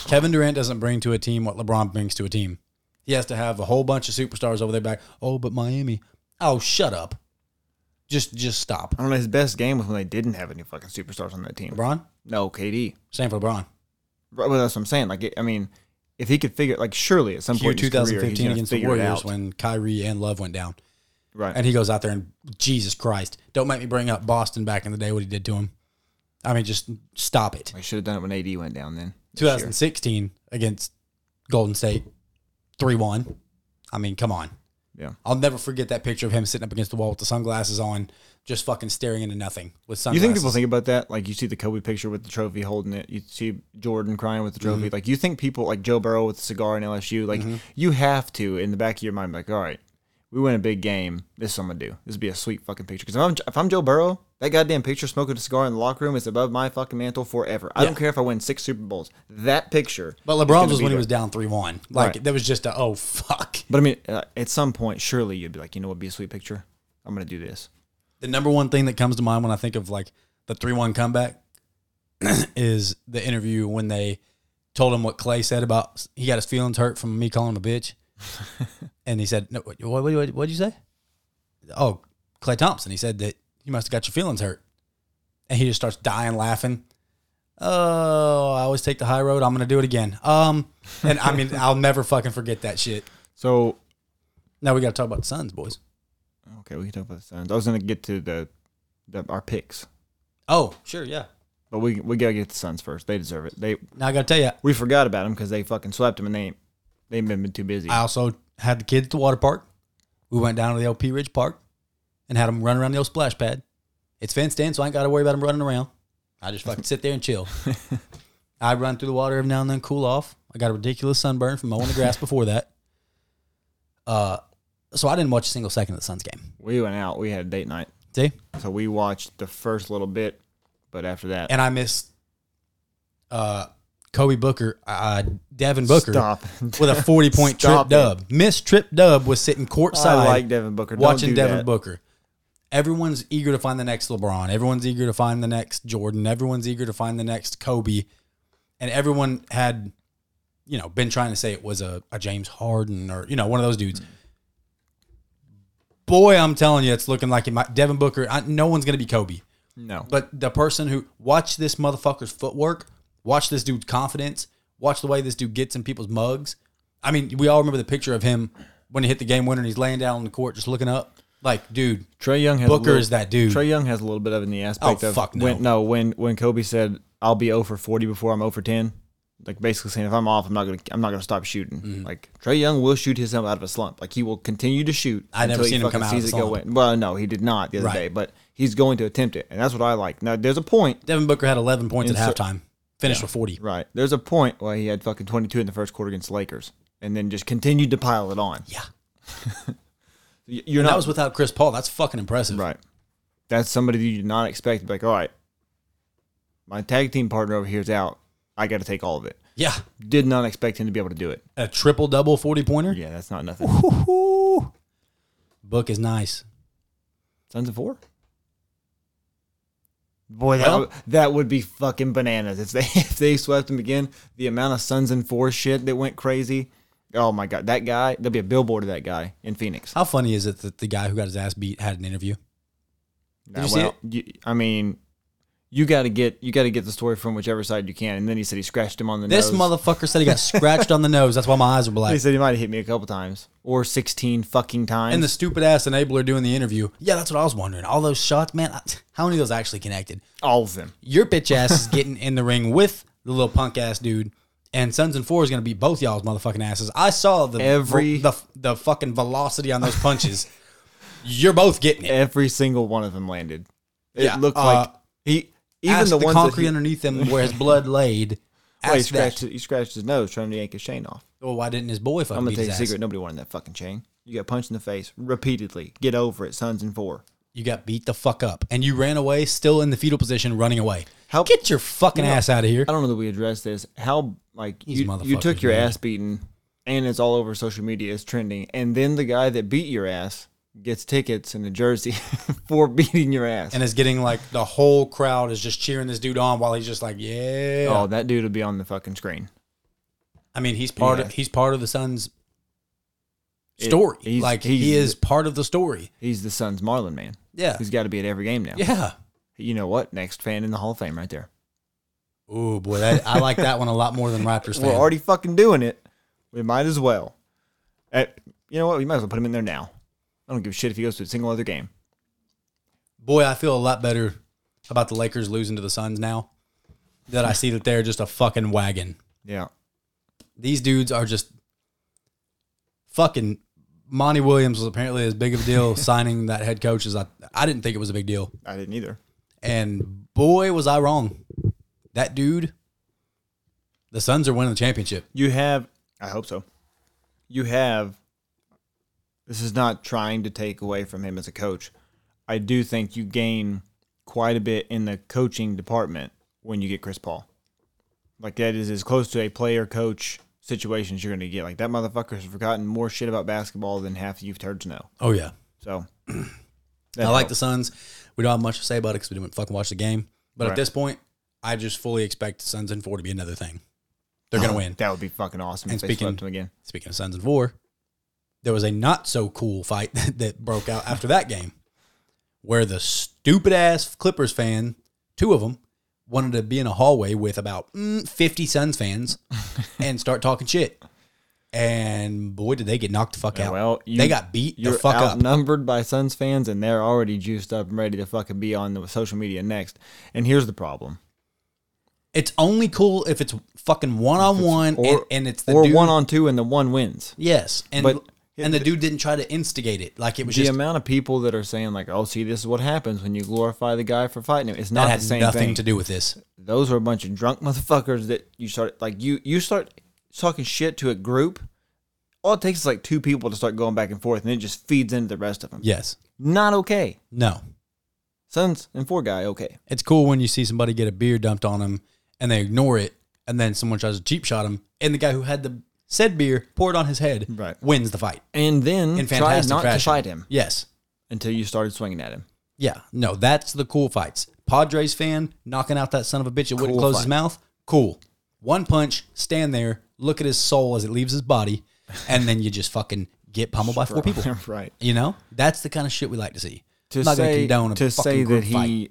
S2: Kevin Durant doesn't bring to a team what LeBron brings to a team. He has to have a whole bunch of superstars over their back. Oh, but Miami. Oh, shut up. Just just stop.
S1: I don't know. His best game was when they didn't have any fucking superstars on that team.
S2: LeBron?
S1: No, KD.
S2: Same for LeBron.
S1: Right, well, that's what I'm saying. Like, it, I mean, if he could figure, like, surely at some
S2: Year
S1: point, in his career, he's
S2: 2015
S1: gonna
S2: against the
S1: figure it
S2: Warriors
S1: out.
S2: when Kyrie and Love went down.
S1: right?
S2: And he goes out there and Jesus Christ. Don't make me bring up Boston back in the day what he did to him. I mean, just stop it.
S1: I should have done it when AD went down. Then this year.
S2: 2016 against Golden State, 3 1. I mean, come on.
S1: Yeah.
S2: I'll never forget that picture of him sitting up against the wall with the sunglasses on, just fucking staring into nothing with
S1: You
S2: sunglasses.
S1: think people think about that? Like you see the Kobe picture with the trophy holding it. You see Jordan crying with the trophy.
S2: Mm-hmm.
S1: Like you think people like Joe Burrow with the cigar in LSU. Like you have to in the back of your mind, be like all right, we win a big game. This is what I'm gonna do. This would be a sweet fucking picture. Because if I'm if I'm Joe Burrow, that goddamn picture smoking a cigar in the locker room is above my fucking mantle forever. I don't care if I win six Super Bowls. That picture.
S2: But
S1: is
S2: LeBron's
S1: gonna
S2: was
S1: be
S2: when he
S1: there.
S2: was down 3 1. Like,
S1: Right.
S2: that was just a, oh, fuck.
S1: But I mean, uh, at some point, surely you'd be like, you know what, would be a sweet picture. I'm gonna do this.
S2: The number one thing that comes to mind when I think of like the 3 1 comeback is the interview when they told him what Clay said about he got his feelings hurt from me calling him a bitch. and he said, no, what, what, what, What'd you say? Oh, Clay Thompson. He said that you must have got your feelings hurt. And he just starts dying laughing. Oh, I always take the high road. I'm going to do it again. Um, and I mean, I'll never fucking forget that shit.
S1: So
S2: Now we got to talk about the Suns, boys.
S1: okay, we can talk about the Suns. I was gonna get to the, the our picks.
S2: Oh, sure. Yeah.
S1: But we we gotta get the Suns first. They deserve it. They
S2: Now I got to tell you,
S1: we forgot about them because they fucking swept them and they ain't- they ain't been too busy.
S2: I also had the kids at the water park. We went down to the LP Ridge Park and had them run around the old splash pad. It's fenced in, so I ain't got to worry about them running around. I just fucking sit there and chill. I run through the water every now and then, cool off. I got a ridiculous sunburn from mowing the grass before that. Uh, so I didn't watch a single second of the Suns game.
S1: We went out. We had a date night,
S2: See,
S1: so we watched the first little bit, but after that,
S2: and I missed uh, Kobe Booker, uh, Devin Booker
S1: stop.
S2: with a forty point trip
S1: Stop it.
S2: dub. Miss trip dub was sitting
S1: I
S2: courtside
S1: like Devin Booker. Don't
S2: watching
S1: do
S2: Devin
S1: that.
S2: Booker. Everyone's eager to find the next LeBron. Everyone's eager to find the next Jordan. Everyone's eager to find the next Kobe. And everyone had, you know, been trying to say it was a, a James Harden or, you know, one of those dudes. Boy, I'm telling you, it's looking like it might. Devin Booker, I, no one's going to be Kobe.
S1: No,
S2: But the person who watch this motherfucker's footwork, watch this dude's confidence, watch the way this dude gets in people's mugs. I mean, we all remember the picture of him when he hit the game winner and he's laying down on the court just looking up. Like, dude,
S1: Trey Young has a
S2: Booker
S1: little-
S2: is that dude.
S1: Trey Young has a little bit of it in the aspect
S2: Oh,
S1: of
S2: fuck no.
S1: when no when when Kobe said I'll be 0 for 40 before I'm 0 for 10, like basically saying if I'm off I'm not gonna I'm not gonna stop shooting.
S2: Mm-hmm.
S1: Like Trey Young will shoot himself out of a slump. Like he will continue to shoot.
S2: I never
S1: until he
S2: seen him
S1: fucking
S2: come out
S1: sees
S2: of a
S1: it go
S2: slump.
S1: in. Well, no, he did not the other
S2: Right.
S1: day, but he's going to attempt it, and that's what I like. Now there's a point,
S2: Devin Booker had 11 points
S1: And so-
S2: at halftime, finished with 40.
S1: right? There's a point where he had fucking 22 in the first quarter against the Lakers, and then just continued to pile it on.
S2: Yeah.
S1: Y- You're
S2: And
S1: not
S2: that was without Chris Paul. That's fucking impressive.
S1: Right. That's somebody you did not expect. to be Like, all right, my tag team partner over here is out. I got to take all of it.
S2: Yeah.
S1: Did not expect him to be able to do it.
S2: A triple double 40 pointer.
S1: Yeah, that's not nothing.
S2: Woo-hoo. Book is nice.
S1: Sons of four. Boy, that
S2: Well-
S1: would, that would be fucking bananas if they if they swept him again. The amount of sons and four shit that went crazy. Oh my god, that guy. There'll be a billboard of that guy in Phoenix.
S2: How funny is it that the guy who got his ass beat had an interview?
S1: Nah,
S2: you see
S1: well, you- I mean, you got to get you got to get the story from whichever side you can. And then he said he scratched him on the
S2: This
S1: nose.
S2: motherfucker said he got scratched on the nose. That's why my eyes are black.
S1: He said he might have hit me a couple times or 16 fucking times.
S2: And the stupid ass enabler doing the interview. Yeah, that's what I was wondering. All those shots, man. I, how many of those actually connected?
S1: all of them.
S2: Your bitch ass is getting in the ring with the little punk ass dude, and Sons and Four is gonna beat both y'all's motherfucking asses. I saw the
S1: Every-
S2: the the fucking velocity on those punches. You're both getting it.
S1: Every single one of them landed. It
S2: Yeah,
S1: looked
S2: uh,
S1: like he even
S2: Ask
S1: the
S2: the,
S1: ones that
S2: concrete
S1: he,
S2: underneath him where his blood laid.
S1: well, he
S2: Ask
S1: scratched.
S2: that.
S1: He scratched his nose trying to yank his chain off.
S2: Well, why didn't his boy fucking
S1: I'm gonna
S2: beat
S1: tell you
S2: his
S1: a
S2: ass?
S1: secret. Nobody wanted that fucking chain. You got punched in the face repeatedly. Get over it, sons and four.
S2: You got beat the fuck up, and you ran away, still in the fetal position, running away.
S1: How-
S2: Get your fucking ass out of here.
S1: I don't know that we addressed this. How like you, you
S2: motherfuckers,
S1: took your
S2: man.
S1: ass beaten, and it's all over social media. It's trending, and then the guy that beat your ass gets tickets and a jersey for beating your ass.
S2: and is getting like the whole crowd is just cheering this dude on while he's just like, yeah.
S1: oh, that dude will be on the fucking screen.
S2: I mean, he's part
S1: Yeah.
S2: of he's part of the Suns'
S1: It-
S2: story.
S1: he's-
S2: like he
S1: he's-
S2: is part of the story.
S1: He's the Suns Marlin man.
S2: Yeah,
S1: He's got to be at every game now.
S2: yeah.
S1: You know what? Next fan in the Hall of Fame right there.
S2: Oh boy, that, I like that one a lot more than Raptors fan.
S1: We're already fucking doing it. We might as well. Uh, you know what? We might as well put him in there now. I don't give a shit if he goes to a single other game.
S2: boy, I feel a lot better about the Lakers losing to the Suns now that I see that they're just a fucking wagon.
S1: Yeah.
S2: These dudes are just fucking. Monty Williams was apparently as big of a deal signing that head coach as I. I didn't think it was a big deal.
S1: I didn't either.
S2: And boy, was I wrong. That dude, the Suns are winning the championship.
S1: You have, I hope so. You have, this is not trying to take away from him as a coach. I do think you gain quite a bit in the coaching department when you get Chris Paul. Like, that is as close to a player coach situation as you're going to get. Like, that motherfucker has forgotten more shit about basketball than half you turds know.
S2: Oh, yeah.
S1: So,
S2: I like the Suns. We don't have much to say about it because we didn't fucking watch the game. But
S1: Right.
S2: at this point, I just fully expect Suns and four to be another thing. They're going to win.
S1: Oh, That would be fucking awesome
S2: And
S1: if they
S2: speaking-
S1: swept him again.
S2: Speaking of Suns and four, there was a not so cool fight that broke out after that game where the stupid ass Clippers fan, two of them, wanted to be in a hallway with about mm, 50 Suns fans and start talking shit. And boy, did they get knocked the fuck out.
S1: Well, you,
S2: they got beat the
S1: you're
S2: fuck up.
S1: outnumbered by Suns fans, and they're already juiced up and ready to fucking be on the social media next. And here's the problem:
S2: It's only cool if it's fucking one on one
S1: or
S2: and it's the
S1: or
S2: dude.
S1: one on two, and the one wins.
S2: yes. And
S1: But
S2: and the dude didn't try to instigate it. Like it was
S1: the
S2: just
S1: amount of people that are saying like, "Oh, see, this is what happens when you glorify the guy for fighting him." It's
S2: that
S1: not
S2: had
S1: the same
S2: nothing
S1: thing.
S2: to do with this.
S1: Those are a bunch of drunk motherfuckers that you start like you you start talking shit to a group. All it takes is like two people to start going back and forth, and it just feeds into the rest of them.
S2: Yes.
S1: Not okay.
S2: No.
S1: Sons and four guy, okay.
S2: It's cool when you see somebody get a beer dumped on them and they ignore it, and then someone tries to cheap shot him, and the guy who had the said beer poured on his head
S1: Right.
S2: wins the fight
S1: And then
S2: in
S1: try
S2: fantastic
S1: not
S2: fashion.
S1: to fight him
S2: Yes.
S1: until you started swinging at him.
S2: Yeah. No, that's the cool fights. Padres fan knocking out that son of a bitch that wouldn't
S1: Cool
S2: close his
S1: fight.
S2: mouth. Cool. One punch, stand there, look at his soul as it leaves his body, and then you just fucking get pummeled by four people.
S1: right.
S2: You know, that's the kind of shit we like to see.
S1: to
S2: I'm not gonna
S1: say
S2: condone a
S1: to
S2: fucking
S1: say
S2: group
S1: that
S2: fight.
S1: he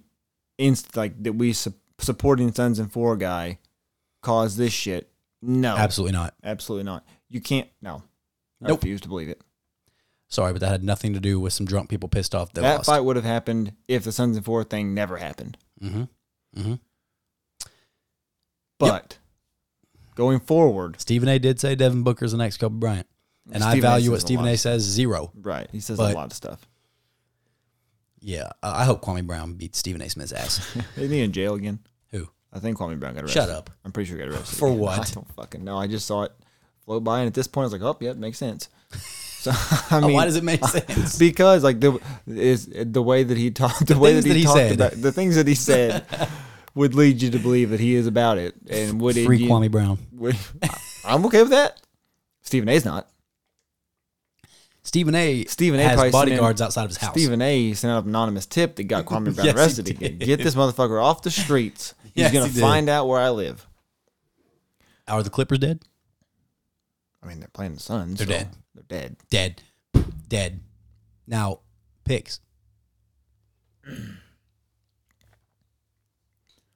S1: inst like that we su- supporting Sons and Four guy caused this shit. No,
S2: Absolutely not.
S1: absolutely not. You can't. No, I
S2: Nope.
S1: refuse to believe it.
S2: Sorry, but that had nothing to do with some drunk people pissed off. That,
S1: that
S2: lost.
S1: fight would have happened if the Sons and Four thing never happened.
S2: Mhm. Mhm.
S1: But going forward,
S2: Stephen A. did say Devin Booker's the next Kobe Bryant, and I
S1: Stephen A
S2: value what
S1: says a
S2: Stephen
S1: lot.
S2: A. says zero.
S1: right? He says a
S2: But-
S1: lot of stuff.
S2: Yeah, uh, I I hope Kwame Brown beats Stephen A. Smith's ass.
S1: Isn't he in jail again?
S2: Who? Uh,
S1: I think Kwame Brown got arrested.
S2: Shut up.
S1: I'm pretty sure he got arrested
S2: For
S1: again.
S2: what?
S1: I don't fucking know. I just saw it float by, and at this point, I was like, "Oh, yeah, makes sense." So I mean,
S2: Oh, Why does it make sense?
S1: because like the is the way that he talked the, way
S2: things
S1: that he,
S2: that he
S1: talked
S2: said.
S1: about the things that he said would lead you to believe that he is about it and would it
S2: Free
S1: you-
S2: Kwame Brown.
S1: would- I'm okay with that Stephen A's not
S2: Stephen A.
S1: Stephen A.
S2: has
S1: probably sent
S2: bodyguards
S1: him-
S2: outside of his house.
S1: Stephen A sent out an anonymous tip that got Kwame Brown
S2: Yes, he
S1: arrested again
S2: did.
S1: get this motherfucker off the streets he's
S2: Yes,
S1: gonna
S2: he did.
S1: find out where I live
S2: Are the Clippers dead?
S1: I mean they're playing the Suns
S2: They're
S1: so
S2: dead.
S1: they're dead
S2: Dead. Dead. Now, picks.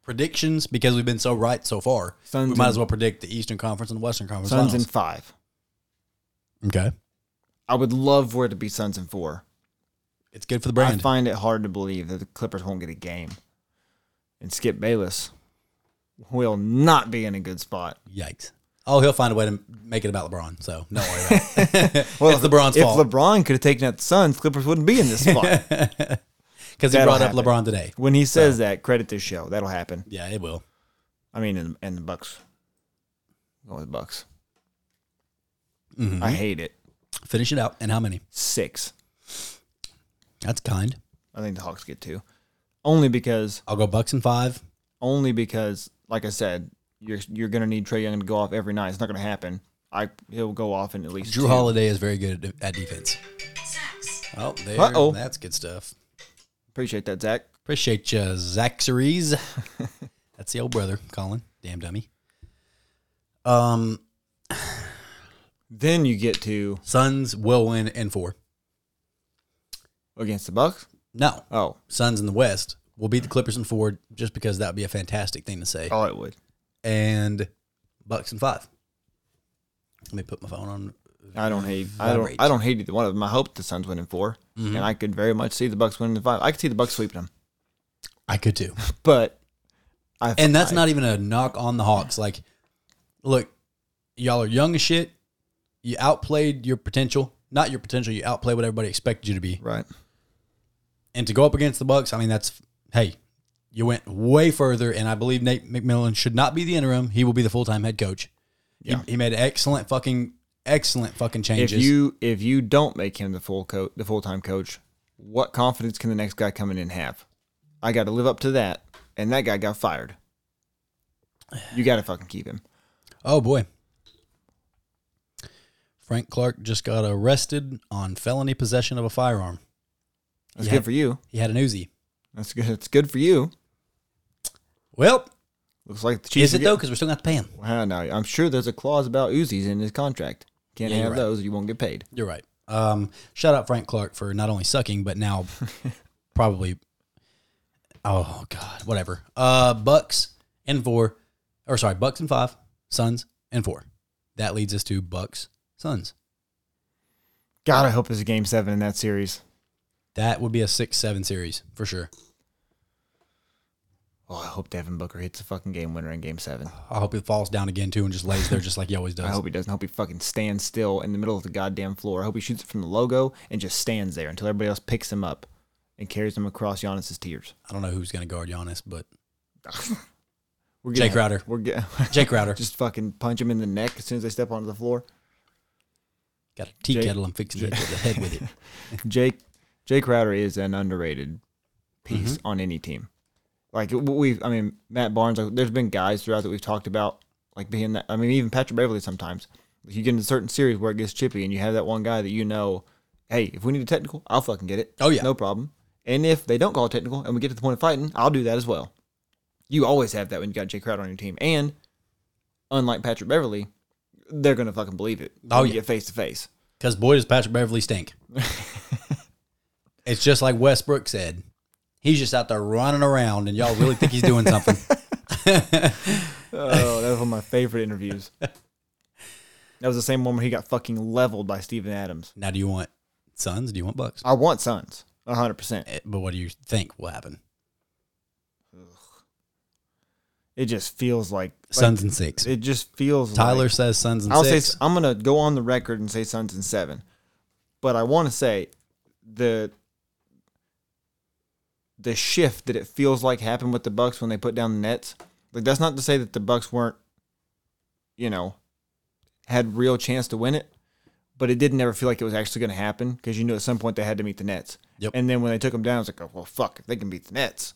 S2: Predictions, because we've been so right so far,
S1: Suns
S2: we might
S1: and-
S2: as well predict the Eastern Conference and the Western Conference.
S1: Suns in
S2: finals.
S1: five
S2: okay.
S1: I would love for it to be Suns in four
S2: It's good for the
S1: I
S2: brand.
S1: find it hard to believe that the Clippers won't get a game. And Skip Bayless will not be in a good spot.
S2: Yikes. Oh, he'll find a way to make it about LeBron, so don't worry about it. it's LeBron's
S1: if
S2: fault.
S1: LeBron could have taken out the Suns, Clippers wouldn't be in this spot.
S2: Because he
S1: That'll
S2: brought
S1: happen.
S2: up LeBron today.
S1: when he says that, credit this show. That'll happen.
S2: Yeah, it will.
S1: I mean, and, and the Bucks. Going with the Bucks.
S2: Mm-hmm.
S1: I hate it.
S2: Finish it out. And how many?
S1: Six.
S2: That's kind.
S1: I think the Hawks get two. Only because,
S2: I'll go Bucks and five.
S1: only because, like I said, you're you're gonna need Trey Young to go off every night. It's not gonna happen. I he'll go off in at least
S2: Drew
S1: two.
S2: Holiday is very good at, at defense. Oh, there.
S1: Uh-oh.
S2: That's good stuff.
S1: Appreciate that, Zach.
S2: Appreciate you, Zacharies. that's the old brother, Colin. Damn dummy. Um,
S1: Then you get to
S2: Suns will win in four.
S1: against the Bucks.
S2: No,
S1: Oh,
S2: Suns in the West will beat the Clippers in four, just because that would be a fantastic thing to say.
S1: oh, it would.
S2: And Bucks in five. Let me put my phone on.
S1: I don't hate. I don't.
S2: Vibrate.
S1: I don't hate either one of them. I hope the Suns win in 4
S2: Mm-hmm.
S1: and I could very much see the Bucks winning in five. I could see the Bucks sweeping them,
S2: I could too.
S1: but I
S2: And that's not even a knock on the Hawks. Like, look, y'all are young as shit. You outplayed your potential. Not your potential. You outplayed what everybody expected you to be.
S1: right.
S2: And to go up against the Bucks, I mean, that's hey, you went way further. And I believe Nate McMillan should not be the interim. He will be the full time head coach. He-
S1: Yeah.
S2: He, made excellent fucking excellent fucking
S1: If
S2: changes.
S1: you if you don't make him the full coach, the full time coach, what confidence can the next guy coming in have? I got to live up to that, and that guy got fired. You got to fucking keep him.
S2: oh boy. Frank Clark just got arrested on felony possession of a firearm.
S1: That's
S2: Yeah.
S1: good for you.
S2: He had an Uzi.
S1: That's good. That's good for you.
S2: Well,
S1: Looks like the Chiefs.
S2: is it though? Because we're still gonna have to pay him.
S1: Well, no, I'm sure there's a clause about Uzis in his contract. Can't
S2: Yeah, you're
S1: have
S2: right.
S1: those. You won't get paid.
S2: You're right. Um, shout out Frank Clark for not only sucking, but now probably. Oh God, whatever. Uh, Bucks and four, or sorry, Bucks and five, Suns and four. That leads us to Bucks Suns.
S1: God, I hope there's a game seven in that series.
S2: That would be a six seven series for sure.
S1: Oh, I hope Devin Booker hits a fucking game winner in game seven.
S2: I hope he falls down again too and just lays there just like he always does.
S1: I hope he doesn't. I hope he fucking stands still in the middle of the goddamn floor. I hope he shoots it from the logo and just stands there until everybody else picks him up and carries him across Giannis's tears.
S2: I don't know who's gonna guard Giannis, but
S1: We're gonna-
S2: Jake Crowder.
S1: We're getting
S2: Jake Crowder
S1: just fucking punch him in the neck as soon as they step onto the floor.
S2: got a tea
S1: Jake-
S2: kettle. I'm fixing to hit the head with it.
S1: Jake Jake Crowder is an underrated piece
S2: Mm-hmm.
S1: on any team. Like we, I mean, Matt Barnes. Like, there's been guys throughout that we've talked about, like being that. I mean, even Patrick Beverly sometimes. You get in a certain series where it gets chippy, and you have that one guy that you know, hey, if we need a technical, I'll fucking get it.
S2: Oh, yeah.
S1: no problem. And if they don't call a technical, and we get to the point of fighting, I'll do that as well. You always have that when you got Jake Crowder on your team, and unlike Patrick Beverly, they're gonna fucking believe it.
S2: Oh,
S1: when you
S2: yeah.
S1: get face to face.
S2: Because boy does Patrick Beverly stink. it's just like Westbrook said. He's just out there running around, and y'all really think he's doing something.
S1: Oh, that was one of my favorite interviews. That was the same one where he got fucking leveled by Steven Adams.
S2: now, do you want Suns? Do you want Bucks?
S1: I want Suns, 100%.
S2: Eh, But what do you think will happen?
S1: It just feels like, like,
S2: Suns and six.
S1: It just feels
S2: Tyler
S1: like-
S2: says Suns and
S1: I'll
S2: six.
S1: say I'm gonna go on the record and say Suns in seven, but I want to say the the shift that it feels like happened with the Bucks when they put down the Nets. Like that's not to say that the Bucks weren't, you know, had real chance to win it, but it didn't ever feel like it was actually going to happen because you knew at some point they had to meet the Nets.
S2: Yep.
S1: And then when they took them down, it's like, oh well, fuck, if they can beat the Nets,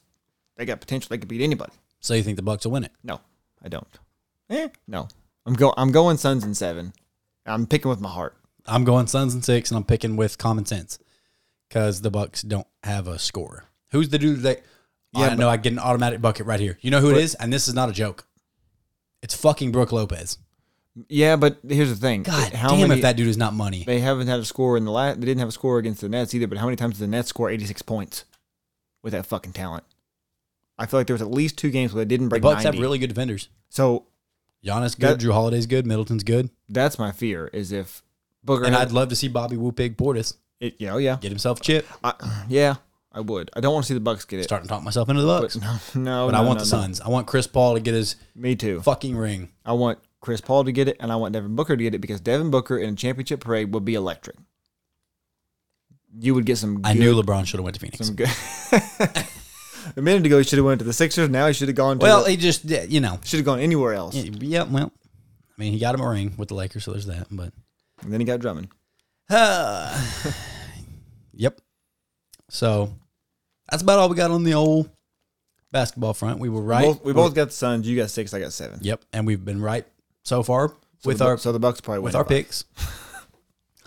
S1: they got potential. They could beat anybody.
S2: so you think the Bucks will win it?
S1: No, I don't. Eh, no. I'm go. I'm going Suns in seven. I'm picking with my heart.
S2: I'm going Suns and six, and I'm picking with common sense because the Bucks don't have a scorer. Who's the dude that?
S1: Yeah,
S2: Yeah, I know I get an automatic bucket right here. You know who it is, and this is not a joke. It's fucking Brooke Lopez.
S1: Yeah, but here's the thing.
S2: God
S1: how
S2: damn,
S1: many,
S2: if that dude is not money.
S1: they haven't had a score in the last. They didn't have a score against the Nets either. But how many times did the Nets score 86 points with that fucking talent? I feel like there was at least two games where they didn't
S2: The
S1: break
S2: Bucks
S1: 90.
S2: have really good defenders.
S1: so
S2: Giannis good,
S1: That-
S2: Drew Holiday's good, Middleton's good,
S1: that's my fear is if Booker.
S2: and
S1: had-
S2: I'd love to see Bobby Woopig Portis
S1: it, yeah, oh yeah,
S2: get himself a chip.
S1: I, yeah, I would. I don't want to see the Bucks get it.
S2: Starting to talk myself into the Bucks,
S1: but no, no,
S2: but I
S1: no,
S2: want
S1: no,
S2: the
S1: no.
S2: Suns. I want Chris Paul to get his
S1: Me too.
S2: fucking ring.
S1: I want Chris Paul to get it, and I want Devin Booker to get it because Devin Booker in a championship parade would be electric. You would get some. Good,
S2: I knew LeBron should have went to Phoenix.
S1: some good. a minute ago, he should have went to the Sixers. Now he should have gone. To
S2: Well, he just yeah, you know,
S1: should have gone anywhere else.
S2: yeah, yeah, well, I mean, he got him a ring with the Lakers, so there's that. But
S1: And then he got Drummond.
S2: yep. So that's about all we got on the old basketball front. We were right.
S1: Both, we both got the Suns. You got six. I got seven.
S2: Yep, and we've been right so far
S1: So
S2: with
S1: the Bu-
S2: our
S1: so the Bucks probably
S2: with
S1: win it
S2: our
S1: by-
S2: picks.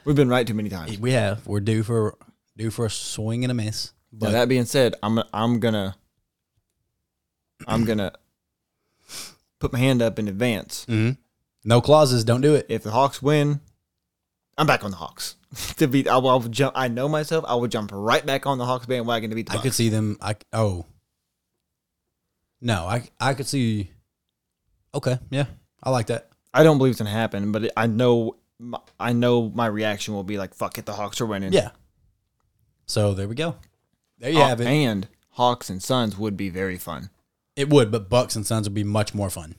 S1: We've been right too many times.
S2: We have. We're due for due for a swing and a miss.
S1: Now
S2: But
S1: that being said, I'm I'm gonna I'm gonna put my hand up in advance.
S2: Mhm. no clauses. Don't do it.
S1: If the Hawks win, I'm back on the Hawks. to beat, I will, I will jump. I know myself. I will jump right back on the Hawks bandwagon to beat the
S2: I
S1: Bucks.
S2: could see them. I oh. No, I I could see. Okay, yeah, I like that.
S1: I don't believe it's gonna happen, but it, I know my, I know my reaction will be like, "Fuck it, the Hawks are winning."
S2: Yeah. So there we go. There you
S1: Haw-
S2: have it.
S1: And Hawks and Suns would be very fun.
S2: It would, but Bucks and Suns would be much more fun.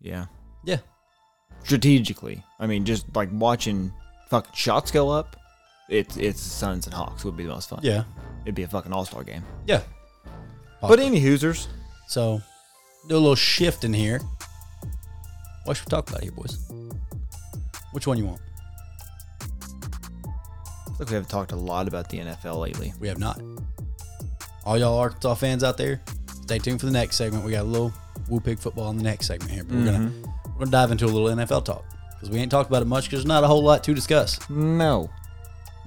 S1: Yeah.
S2: Yeah.
S1: strategically. I mean, just like watching fucking shots go up. It's it's Suns and Hawks would be the most fun.
S2: Yeah.
S1: it'd be a fucking all star game.
S2: Yeah.
S1: But any Hoosers,
S2: So do a little shift in here. What should we talk about here, boys? Which one you want?
S1: look, we haven't talked a lot about the NFL lately.
S2: We have not. All y'all Arkansas fans out there, stay tuned for the next segment. We got a little Woo Pig football in the next segment here, but we're gonna we're gonna dive into a little NFL talk because we ain't talked about it much because there's not a whole lot to discuss.
S1: No,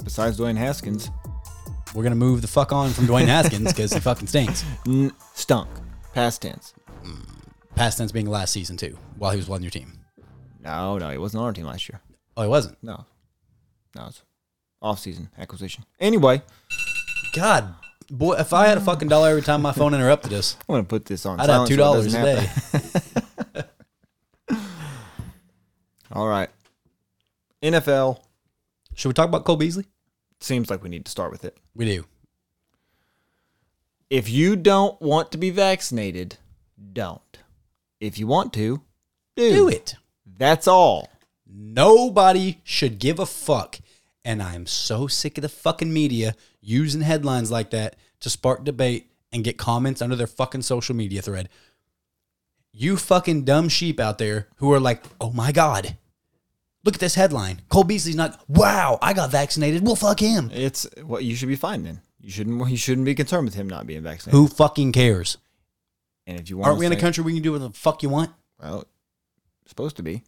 S1: besides Dwayne Haskins,
S2: We're gonna move the fuck on from Dwayne Haskins because he fucking stinks.
S1: n- stunk. Past tense.
S2: Past tense being last season too, while he was on your team.
S1: No, no, he wasn't on our team last year.
S2: Oh, he wasn't.
S1: No, no, it's off season acquisition. Anyway,
S2: God, boy, if I had a fucking dollar every time my phone interrupted us,
S1: I'm gonna put this on.
S2: I'd
S1: silent
S2: have
S1: so
S2: two
S1: it
S2: dollars
S1: doesn't
S2: a day.
S1: happen. All right, NFL
S2: Should we talk about Cole Beasley?
S1: seems like we need to start with it.
S2: We do.
S1: If you don't want to be vaccinated, don't. If you want to, do,
S2: Do it.
S1: That's all.
S2: Nobody should give a fuck. And I'm so sick of the fucking media using headlines like that to spark debate and get comments under their fucking social media thread. You fucking dumb sheep out there who are like, oh my God, look at this headline. Cole Beasley's not, wow, I got vaccinated. Well, fuck him.
S1: It's what you should be fine then. You shouldn't. You shouldn't be concerned with him not being vaccinated.
S2: Who fucking cares?
S1: And if you want,
S2: Aren't we
S1: to
S2: in a
S1: say-
S2: country where you can do whatever the fuck you want?
S1: Well, supposed to be.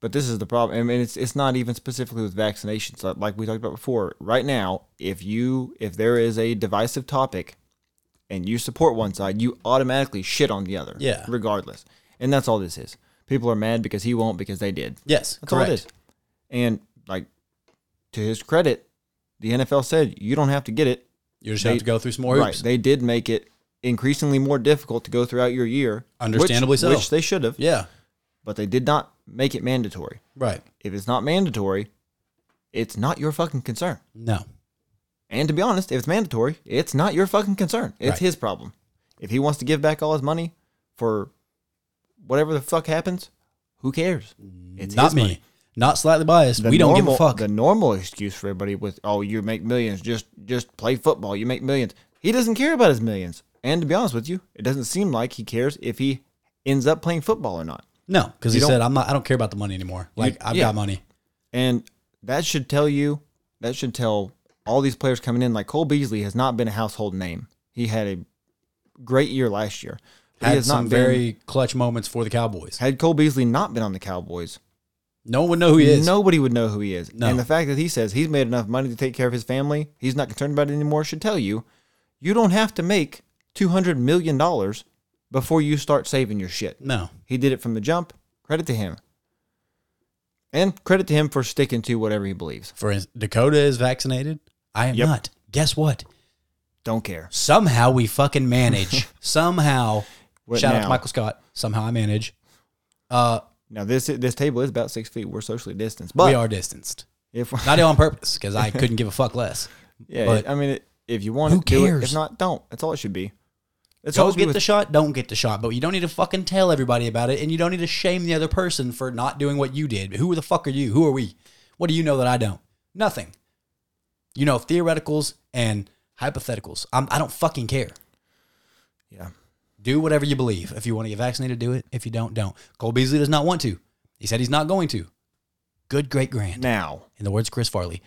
S1: But this is the problem. I mean, it's it's not even specifically with vaccinations. Like- Like we talked about before, right now, if you if there is a divisive topic, and you support one side, you automatically shit on the other.
S2: Yeah.
S1: Regardless, and that's all this is. People are mad because he won't because they did.
S2: Yes,
S1: That's
S2: correct.
S1: all it is. And like, to his credit, the NFL said you don't have to get it.
S2: You just
S1: They-
S2: have to go through some more hoops.
S1: Right. They did make it increasingly more difficult to go throughout your year. which-
S2: Understandably so.
S1: Which they should have
S2: yeah,
S1: but they did not make it mandatory.
S2: right.
S1: If it's not mandatory, it's not your fucking concern.
S2: No.
S1: And to be honest, if it's mandatory, it's not your fucking concern. It's
S2: Right.
S1: his problem. If he wants to give back all his money for whatever the fuck happens, who cares? It's
S2: not
S1: his
S2: me.
S1: money.
S2: Not slightly biased.
S1: The
S2: we don't
S1: normal-
S2: give a fuck.
S1: The normal excuse for everybody with oh you make millions, just just play football, you make millions. He doesn't care about his millions. And to be honest with you, it doesn't seem like he cares if he ends up playing football or not.
S2: no, because
S1: You
S2: he
S1: don't-
S2: said I'm not. I don't care about the money anymore. Like I've
S1: yeah.
S2: got money.
S1: And that should tell you, that should tell all these players coming in, like Cole Beasley has not been a household name. He had a great year last year. But he
S2: Had
S1: has
S2: some
S1: not been-
S2: very clutch moments for the Cowboys.
S1: had Cole Beasley not been on the Cowboys,
S2: No one would know who he is.
S1: nobody would know who he is.
S2: No.
S1: And the fact that he says he's made enough money to take care of his family, he's not concerned about it anymore, should tell you you don't have to make two hundred million dollars before you start saving your shit.
S2: No.
S1: He did it from the jump. Credit to him. And credit to him for sticking to whatever he believes.
S2: For instance, Dakota is vaccinated. I am
S1: Yep.
S2: not. Guess what?
S1: Don't care.
S2: Somehow we fucking manage. somehow.
S1: What
S2: shout out
S1: now?
S2: to Michael Scott. Somehow I manage. Uh,
S1: Now this this table is about six feet. We're socially distanced, but
S2: we are distanced.
S1: if
S2: Not on purpose because I couldn't give a fuck less.
S1: yeah,
S2: but-
S1: I mean, it, if you want
S2: Who
S1: it, do it. If
S2: cares?
S1: not, don't. That's all it should be. That's all
S2: Go
S1: it should be
S2: get
S1: with-
S2: the shot, don't get the shot, but you don't need to fucking tell everybody about it, and you don't need to shame the other person for not doing what you did. Who the fuck are you? Who are we? What do you know that I don't? Nothing. You know theoreticals and hypotheticals. I'm, I don't fucking care.
S1: yeah.
S2: Do whatever you believe. If you want to get vaccinated, do it. If you don't, don't. Cole Beasley does not want to. He said he's not going to. Good great grand.
S1: Now,
S2: In the words of Chris Farley,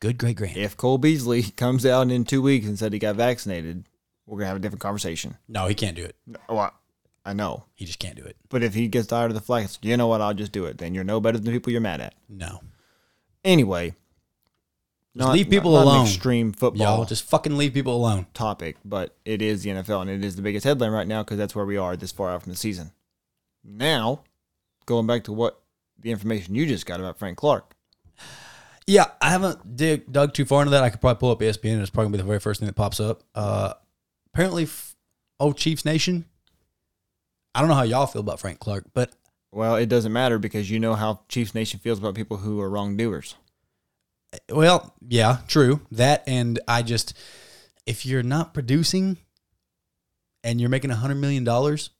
S2: good great grand.
S1: if Cole Beasley comes out in two weeks and said he got vaccinated, we're gonna have a different conversation.
S2: No, he can't do it.
S1: Oh, I, I know,
S2: He just can't do it.
S1: but if he gets tired of the flack, you know what? I'll just do it. Then you're no better than the people you're mad at.
S2: No.
S1: Anyway,
S2: leave people
S1: an
S2: alone.
S1: extreme football
S2: Y'all just fucking leave people alone.
S1: topic, but it is the NFL and it is the biggest headline right now because that's where we are this far out from the season. Now, going back to what the information you just got about Frank Clark,
S2: Yeah, I haven't dig, dug too far into that. I could probably pull up E ESPN, and it's probably gonna be the very first thing that pops up. Uh, apparently, f- old Chiefs Nation. I don't know how y'all feel about Frank Clark, but
S1: well, it doesn't matter because you know how Chiefs Nation feels about people who are wrongdoers.
S2: well, yeah, true that. And I just, if you're not producing, and you're making a hundred million dollars,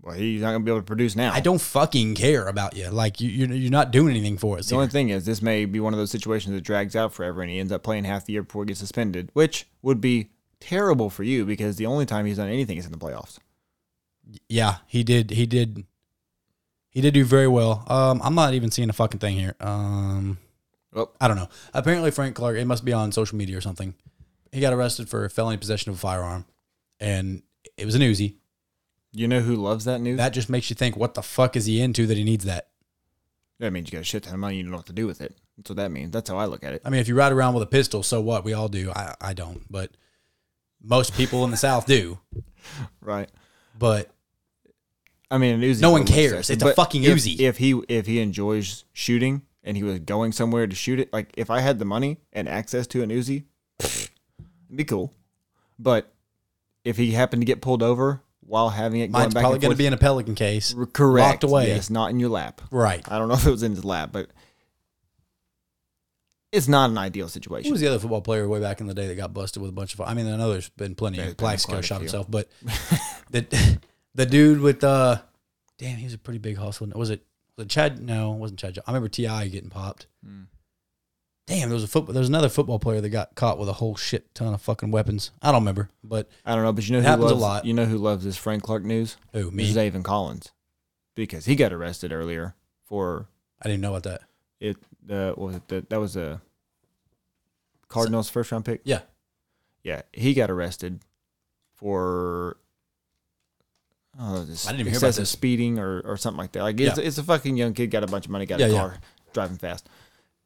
S1: Well, he's not going to be able to produce now.
S2: I don't fucking care about you. Like you, you're, you're not doing anything for us.
S1: the only
S2: Here.
S1: thing is, this may be one of those situations that drags out forever and he ends up playing half the year before he gets suspended, which would be terrible for you because the only time he's done anything is in the playoffs.
S2: Yeah, he did. He did. He did do very well. Um, I'm not even seeing a fucking thing here. Um.
S1: Well,
S2: I don't know. Apparently, Frank Clark, it must be on social media or something. He got arrested for felony possession of a firearm, and it was an Uzi.
S1: you know who loves that news?
S2: That just makes you think, what the fuck is he into that he needs that?
S1: that means you got a shit ton of money. You don't know what to do with it. That's what that means. That's how I look at it.
S2: I mean, if you ride around with a pistol, so what? We all do. I, I don't, but most people in the South do.
S1: Right.
S2: But
S1: I mean, an Uzi.
S2: No one
S1: probably
S2: cares.
S1: sucks,
S2: It's a
S1: but
S2: fucking
S1: if-
S2: Uzi.
S1: If he if he enjoys shooting and he was going somewhere to shoot it, like if I had the money and access to an Uzi, it'd be cool. But if he happened to get pulled over while having it
S2: mine's
S1: going back
S2: probably
S1: and
S2: going
S1: forth,
S2: to be in a Pelican case.
S1: r- correct,
S2: locked away.
S1: Yes, not in your lap.
S2: Right.
S1: I don't know if it was in his lap, but it's not an ideal
S2: Who
S1: situation.
S2: was the other football player way back in the day that got busted with a bunch of? I mean, I know there's been plenty.
S1: There's been quite
S2: Plaxico
S1: a
S2: shot
S1: few.
S2: himself, but the the dude with uh, damn, he was a pretty big hustle. Was it was it Chad? No, it wasn't Chad. Jo- I remember Ti getting popped.
S1: Mm.
S2: Damn, there was a football. There was another football player that got caught with a whole shit ton of fucking weapons. I don't remember, but
S1: I don't know, but you know who
S2: happens a
S1: loves,
S2: lot.
S1: You know who loves this Frank Clark news?
S2: who oh, me?
S1: Zaven Collins, because he got arrested earlier for
S2: I didn't know about that.
S1: it. The what was it? The, that was a Cardinals first round pick.
S2: Yeah.
S1: yeah, he got arrested for. Oh, this
S2: I didn't even hear about
S1: excessive
S2: this.
S1: speeding or, or something like that. Like it's, it's a fucking young kid got a bunch of money, got
S2: Yeah,
S1: a
S2: yeah.
S1: car, driving fast.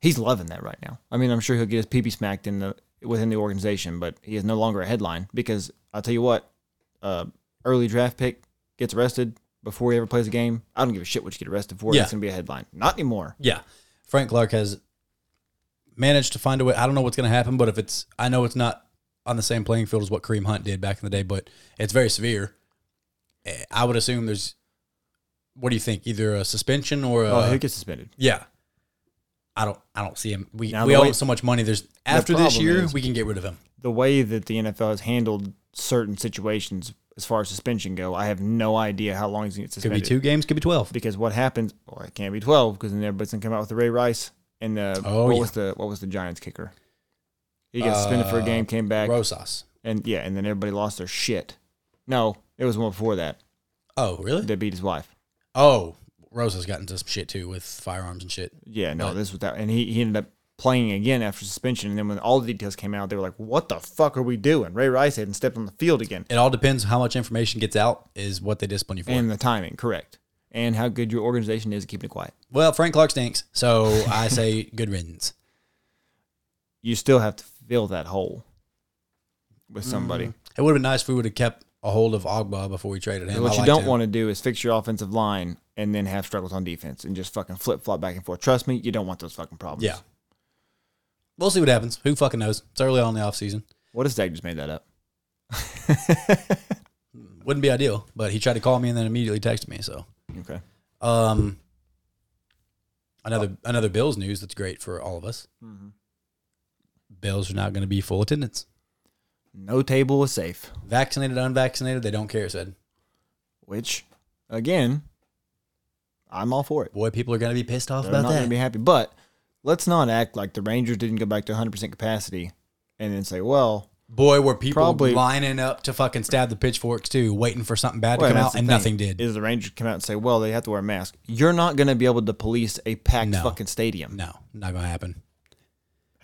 S1: He's loving that right now. I mean, I'm sure he'll get his pee pee smacked in the within the organization, but he is no longer a headline because I'll tell you what, uh, early draft pick gets arrested before he ever plays a game. I don't give a shit what you get arrested for.
S2: Yeah.
S1: It's gonna be a headline. Not anymore.
S2: Yeah. Frank Clark has managed to find a way. I don't know what's going to happen, but if it's, I know it's not on the same playing field as what Kareem Hunt did back in the day, but it's very severe. Eh, I would assume there's, what do you think? Either a suspension or a,
S1: oh, he'll get suspended.
S2: yeah. I don't, I don't see him. We,
S1: Now
S2: we
S1: the
S2: owe
S1: way-
S2: him so much money. There's after this
S1: problem
S2: year,
S1: is-
S2: we can get rid of him.
S1: The way that the NFL has handled certain situations as far as suspension go, I have no idea how long he's gonna get
S2: Could be
S1: suspended.
S2: two games, could be 12.
S1: because what happens? Well, it can't be twelve because then everybody's gonna come out with the Ray Rice and the
S2: Oh,
S1: what
S2: yeah.
S1: was the what was the Giants kicker? He got suspended for a
S2: Uh,
S1: game, came back,
S2: Rosas.
S1: and yeah, and then everybody lost their shit. No, it was one before that.
S2: Oh, really?
S1: They beat his wife.
S2: Oh, Rosas got into some shit too with firearms and shit.
S1: Yeah, no,
S2: Right.
S1: this was that, and he, he ended up playing again after suspension. And then when all the details came out, they were like, "What the fuck are we doing?" Ray Rice hadn't stepped on the field again,
S2: It all depends how much information gets out is what they discipline you for.
S1: and the timing, correct, and how good your organization is at keeping it quiet.
S2: Well, Frank Clark stinks, so I say good riddance.
S1: You still have to fill that hole with somebody.
S2: It would have been nice if we would have kept a hold of Ogba before we traded him.
S1: And what
S2: I
S1: you
S2: like
S1: don't
S2: him.
S1: want to do is fix your offensive line and then have struggles on defense and just fucking flip flop back and forth. Trust me, you don't want those fucking problems.
S2: Yeah. We'll see what happens. Who fucking knows? It's early on in the offseason.
S1: What if Zach just made that up?
S2: Wouldn't be ideal, but he tried to call me and then immediately texted me. So,
S1: Okay.
S2: um, another another Bills news that's great for all of us.
S1: Mm-hmm.
S2: Bills are not going to be full attendance.
S1: No table is safe.
S2: Vaccinated, unvaccinated, they don't care. it Said
S1: Which, again, I'm all for it.
S2: boy, people are going to be pissed off
S1: They're
S2: about
S1: not going to
S2: that.
S1: be happy. But let's not act like the Rangers didn't go back to 100% capacity and then say, well,
S2: boy, were people
S1: Probably-
S2: lining up to fucking stab the pitchforks too, waiting for something bad to
S1: Well,
S2: come
S1: that's
S2: out,
S1: the
S2: and
S1: thing,
S2: nothing did.
S1: Is the Rangers come out and say, well, they have to wear a mask? You're not going to be able to police a packed
S2: No.
S1: fucking stadium.
S2: No, not gonna happen.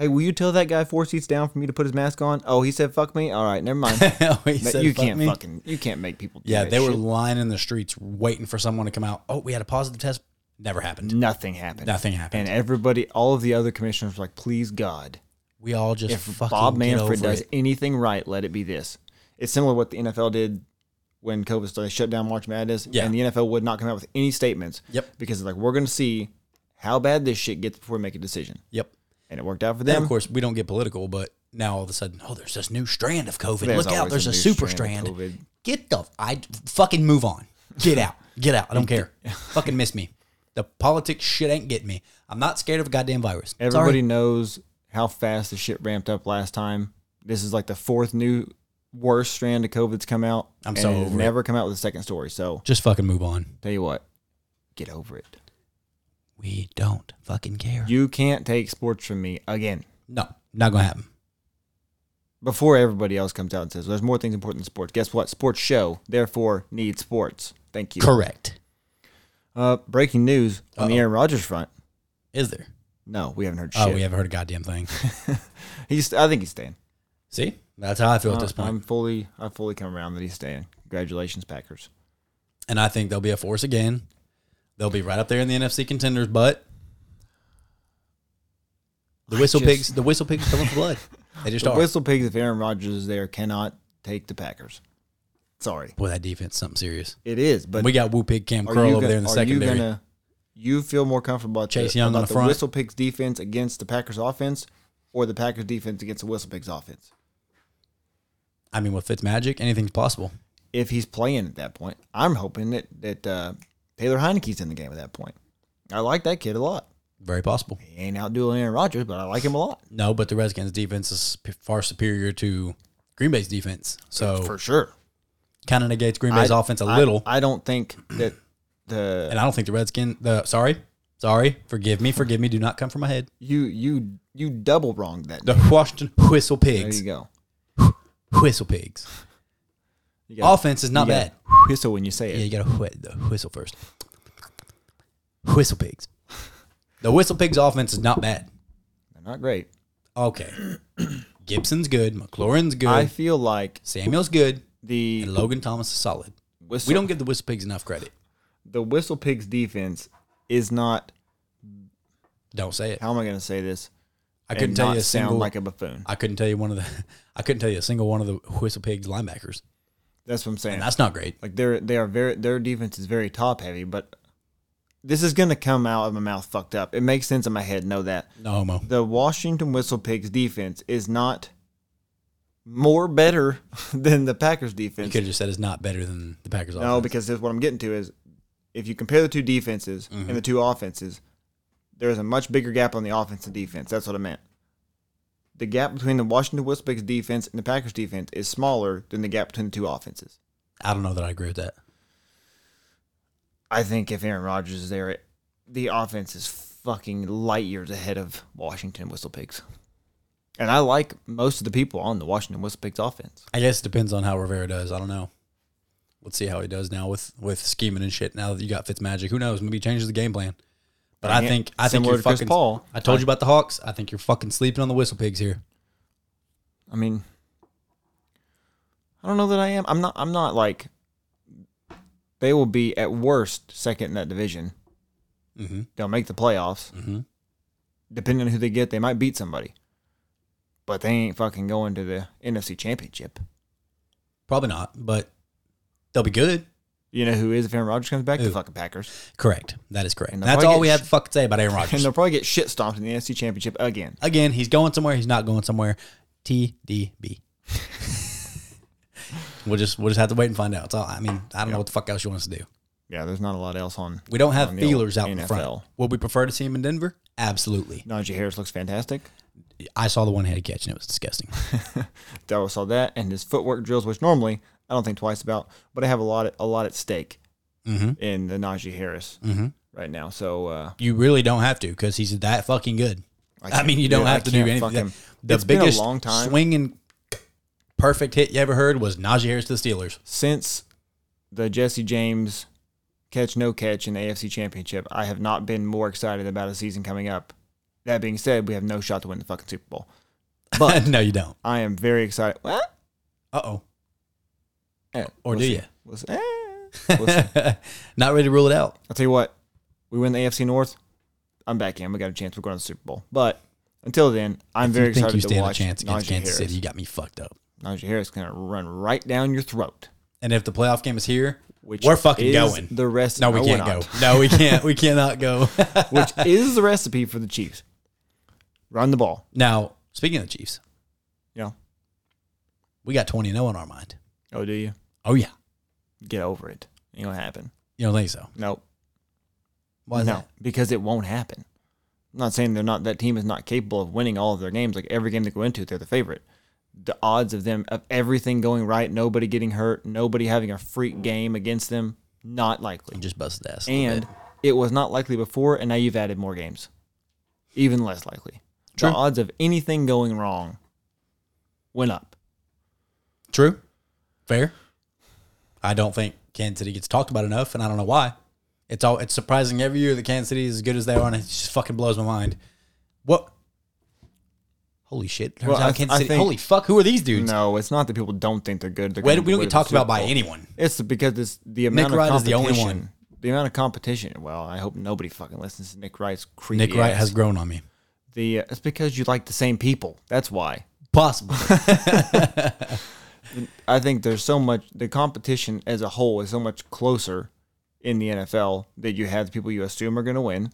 S1: Hey, will you tell that guy four seats down for me to put his mask on? Oh, he said, fuck me? All right, never mind.
S2: He
S1: Ma-
S2: said,
S1: you
S2: "Fuck
S1: can't
S2: me."
S1: fucking you can't make people. Do
S2: Yeah,
S1: that
S2: they were
S1: shit.
S2: lining the streets waiting for someone to come out. Oh, we had a positive test. Never happened.
S1: nothing happened.
S2: Nothing
S1: And
S2: happened.
S1: everybody, all of the other commissioners, were like, "Please God,
S2: we all just
S1: if
S2: fucking
S1: Bob
S2: get
S1: Manfred
S2: over
S1: does
S2: it.
S1: anything right, let it be this." It's similar to what the NFL did when COVID started, shut down March Madness,
S2: Yeah.
S1: and the NFL would not come out with any statements.
S2: Yep.
S1: Because like we're gonna see how bad this shit gets before we make a decision,
S2: Yep.
S1: and it worked out for
S2: Then
S1: them.
S2: of course we don't get political, but now all of a sudden, oh, there's this new strand of COVID.
S1: There's
S2: Look out,
S1: always
S2: there's a,
S1: new
S2: super
S1: strand
S2: strand.
S1: of COVID.
S2: Get the I fucking move on. Get out. Get out. I don't care. fucking miss me. The politics shit ain't getting me. I'm not scared of a goddamn virus.
S1: Everybody
S2: Sorry.
S1: knows how fast the shit ramped up last time. This is like the fourth new worst strand of COVID's come out.
S2: I'm
S1: and
S2: so
S1: it has
S2: over it.
S1: never come out with a second story. So
S2: just fucking move on.
S1: tell you what, get over it.
S2: We don't fucking care.
S1: You can't take sports from me again.
S2: no, not gonna happen.
S1: Before everybody else comes out and says there's more things important than sports. Guess what? Sports show, therefore need sports. Thank you.
S2: Correct.
S1: Uh, breaking news on the
S2: Uh-oh.
S1: Aaron Rodgers front.
S2: Is there?
S1: No, we haven't heard shit.
S2: Oh, we haven't heard a goddamn thing.
S1: He's. I think he's staying.
S2: See, that's how I feel at this point.
S1: Uh, I'm fully. I fully come around that he's staying. Congratulations, Packers.
S2: and I think they'll be a force again. They'll be right up there in the NFC contenders, but the
S1: I
S2: whistle
S1: just-
S2: pigs, the whistle pigs, coming for blood. They just
S1: The
S2: are.
S1: whistle pigs, if Aaron Rodgers is there, cannot take the Packers. Sorry,
S2: Boy, that defense, something serious.
S1: it is. But
S2: we got Woo Pig Cam
S1: are
S2: Curl
S1: you
S2: over
S1: gonna-
S2: there in the
S1: are you
S2: secondary.
S1: gonna- you feel more comfortable about
S2: Chase
S1: the,
S2: Young on
S1: about
S2: the
S1: the
S2: front?
S1: whistle pigs defense against the Packers offense, or the Packers defense against the whistle pigs offense?
S2: I mean, with Fitzmagic, anything's possible.
S1: If he's playing at that point, I'm hoping that that uh, Taylor Heineke's in the game at that point. I like that kid a lot.
S2: Very possible.
S1: He ain't outdueling Aaron Rodgers, but I like him a lot.
S2: No, but the Redskins defense is p- far superior to Green Bay's defense. So
S1: For sure.
S2: kind of negates Green Bay's
S1: I-
S2: offense Oh. a
S1: I-
S2: little.
S1: I, don't think that the
S2: and I don't think the Redskins the sorry, sorry, forgive me, forgive me, do not come from my head.
S1: you you you double wronged that.
S2: The Washington Whistle
S1: There you
S2: Pigs.
S1: go.
S2: Whistle Pigs.
S1: You gotta-
S2: Offense is not
S1: you
S2: bad.
S1: gotta Whistle when you say it.
S2: Yeah, you gotta wh- the whistle first. Whistle pigs. The whistle pigs offense is not bad.
S1: They're not great.
S2: Okay. Gibson's good. McLaurin's good.
S1: I feel like
S2: Samuel's good.
S1: the
S2: And Logan Thomas is solid.
S1: whistle
S2: We don't give the whistle pigs enough credit.
S1: the whistle pigs defense is not
S2: Don't say it.
S1: how am I gonna say this?
S2: I couldn't
S1: and
S2: tell
S1: not
S2: you a
S1: sound
S2: single.
S1: like a buffoon.
S2: I couldn't tell you one of the. I couldn't tell you a single one of the whistle pigs linebackers.
S1: That's what I'm saying.
S2: And that's not great.
S1: Like they're they are very their defense is very top heavy, but this is gonna come out of my mouth fucked up. It makes sense in my head, know that.
S2: No homo.
S1: The Washington Whistle Pigs defense is not more better than the Packers
S2: You
S1: defense.
S2: could have just said it's not better than the Packers offense.
S1: No, because this, what I'm getting to is if you compare the two defenses
S2: Mm-hmm.
S1: and the two offenses, there's a much bigger gap on the offense and defense. That's what I meant. The gap between the Washington Whistle Pigs defense and the Packers defense is smaller than the gap between the two offenses.
S2: I don't know that I agree with that.
S1: I think if Aaron Rodgers is there, it, the offense is fucking light years ahead of Washington Whistle Pigs. And I like most of the people on the Washington Whistle Pigs offense.
S2: I guess it depends on how Rivera does. I don't know. Let's see how he does now with with scheming and shit. Now that you got Fitzmagic, who knows? Maybe he changes the game plan. But I
S1: Yeah,
S2: think I think
S1: similar
S2: you're
S1: to Chris
S2: fucking.
S1: Paul.
S2: I told you about the Hawks. I think you're fucking sleeping on the whistle pigs here.
S1: I mean, I don't know that I am. I'm not. I'm not like. They will be at worst second in that division.
S2: Mm-hmm.
S1: They'll make the playoffs.
S2: Mhm.
S1: Depending on who they get, they might beat somebody. But they ain't fucking going to the NFC Championship.
S2: Probably not, but they'll be good.
S1: You know who is if Aaron Rodgers comes back?
S2: Who?
S1: The fucking Packers.
S2: Correct. That is correct.
S1: And they'll
S2: That's
S1: probably
S2: all we
S1: get
S2: have to fucking say about Aaron
S1: And
S2: Rodgers.
S1: they'll probably get shit stomped in the NFC Championship again.
S2: Again, he's going somewhere. He's not going somewhere. TDB. we'll just we'll just have to wait and find out. It's all, I mean, I don't know what the fuck else you want us to do.
S1: Yeah, there's not a lot else on.
S2: We don't have
S1: on the old
S2: feelers out in front.
S1: NFL.
S2: Would we prefer to see him in Denver? Absolutely.
S1: Najee Harris looks fantastic.
S2: I saw the one handed catch and it was disgusting.
S1: Darrell saw that and his footwork drills, which normally I don't think twice about, but I have a lot a lot at stake
S2: Mhm.
S1: in the Najee Harris
S2: Mhm.
S1: right now. So uh,
S2: You really don't have to because he's that fucking good. I,
S1: can't-
S2: mean, you don't
S1: dude, I
S2: have to do
S1: can't
S2: anything.
S1: fucking-
S2: the
S1: It's been a
S2: biggest
S1: long time.
S2: swinging perfect hit you ever heard was Najee Harris to the Steelers.
S1: since the Jesse James catch no catch in the AFC Championship, I have not been more excited about a season coming up. That being said, we have no shot to win the fucking Super Bowl.
S2: But no, you don't.
S1: I am very excited. What?
S2: Uh oh.
S1: Eh,
S2: Or do
S1: listen,
S2: you?
S1: listen, eh, listen.
S2: Not ready to rule it out.
S1: I'll tell you what, we win the AFC North. I'm back in. We got a chance. We're going to the Super Bowl. But until then, I'm very
S2: you think
S1: excited
S2: you
S1: to
S2: stand a
S1: watch
S2: chance against
S1: Najee
S2: Kansas
S1: Harris.
S2: City? You got me fucked up.
S1: Najee Harris going to run right down your throat.
S2: And if the playoff game is here,
S1: Which
S2: we're fucking
S1: is
S2: going.
S1: The rest.
S2: no, we
S1: we're
S2: can't go.
S1: not.
S2: No, we can't. We cannot go.
S1: Which is the recipe for the Chiefs. Run the ball.
S2: now, speaking of the Chiefs,
S1: Yeah.
S2: we got 20 0 on our mind.
S1: Oh, do you?
S2: Oh, yeah.
S1: Get over it. Ain't gonna happen.
S2: You don't think so?
S1: Nope.
S2: Why is
S1: no,
S2: that?
S1: because it won't happen. I'm not saying they're not. That team is not capable of winning all of their games. Like every game they go into, they're the favorite. The odds of them of everything going right, nobody getting hurt, nobody having a freak game against them, not likely.
S2: You just busted ass. a little
S1: And
S2: bit.
S1: it was not likely before, and now you've added more games, even less likely.
S2: True.
S1: The odds of anything going wrong went up.
S2: True. Fair. I don't think Kansas City gets talked about enough, and I don't know why. It's all it's surprising every year that Kansas City is as good as they are, and it just fucking blows my mind. What? Holy shit! Turns
S1: Well,
S2: out
S1: I-
S2: Kansas
S1: I
S2: City.
S1: think-
S2: Holy fuck! Who are these dudes?
S1: No, it's not that people don't think they're good. They're
S2: Wait,
S1: gonna
S2: we don't
S1: win
S2: get
S1: the
S2: talked
S1: Super
S2: about by
S1: Bowl.
S2: anyone.
S1: It's because it's the amount
S2: Wright
S1: of
S2: is the only
S1: competition.
S2: one.
S1: The amount of competition. Well, I hope nobody fucking listens to Nick Wright's creepy.
S2: Nick Wright
S1: ass.
S2: has grown on me.
S1: the. Uh, it's because you like the same people. That's why.
S2: Possible.
S1: I think there's so much. The competition as a whole is so much closer in the NFL that you have the people you assume are going to win,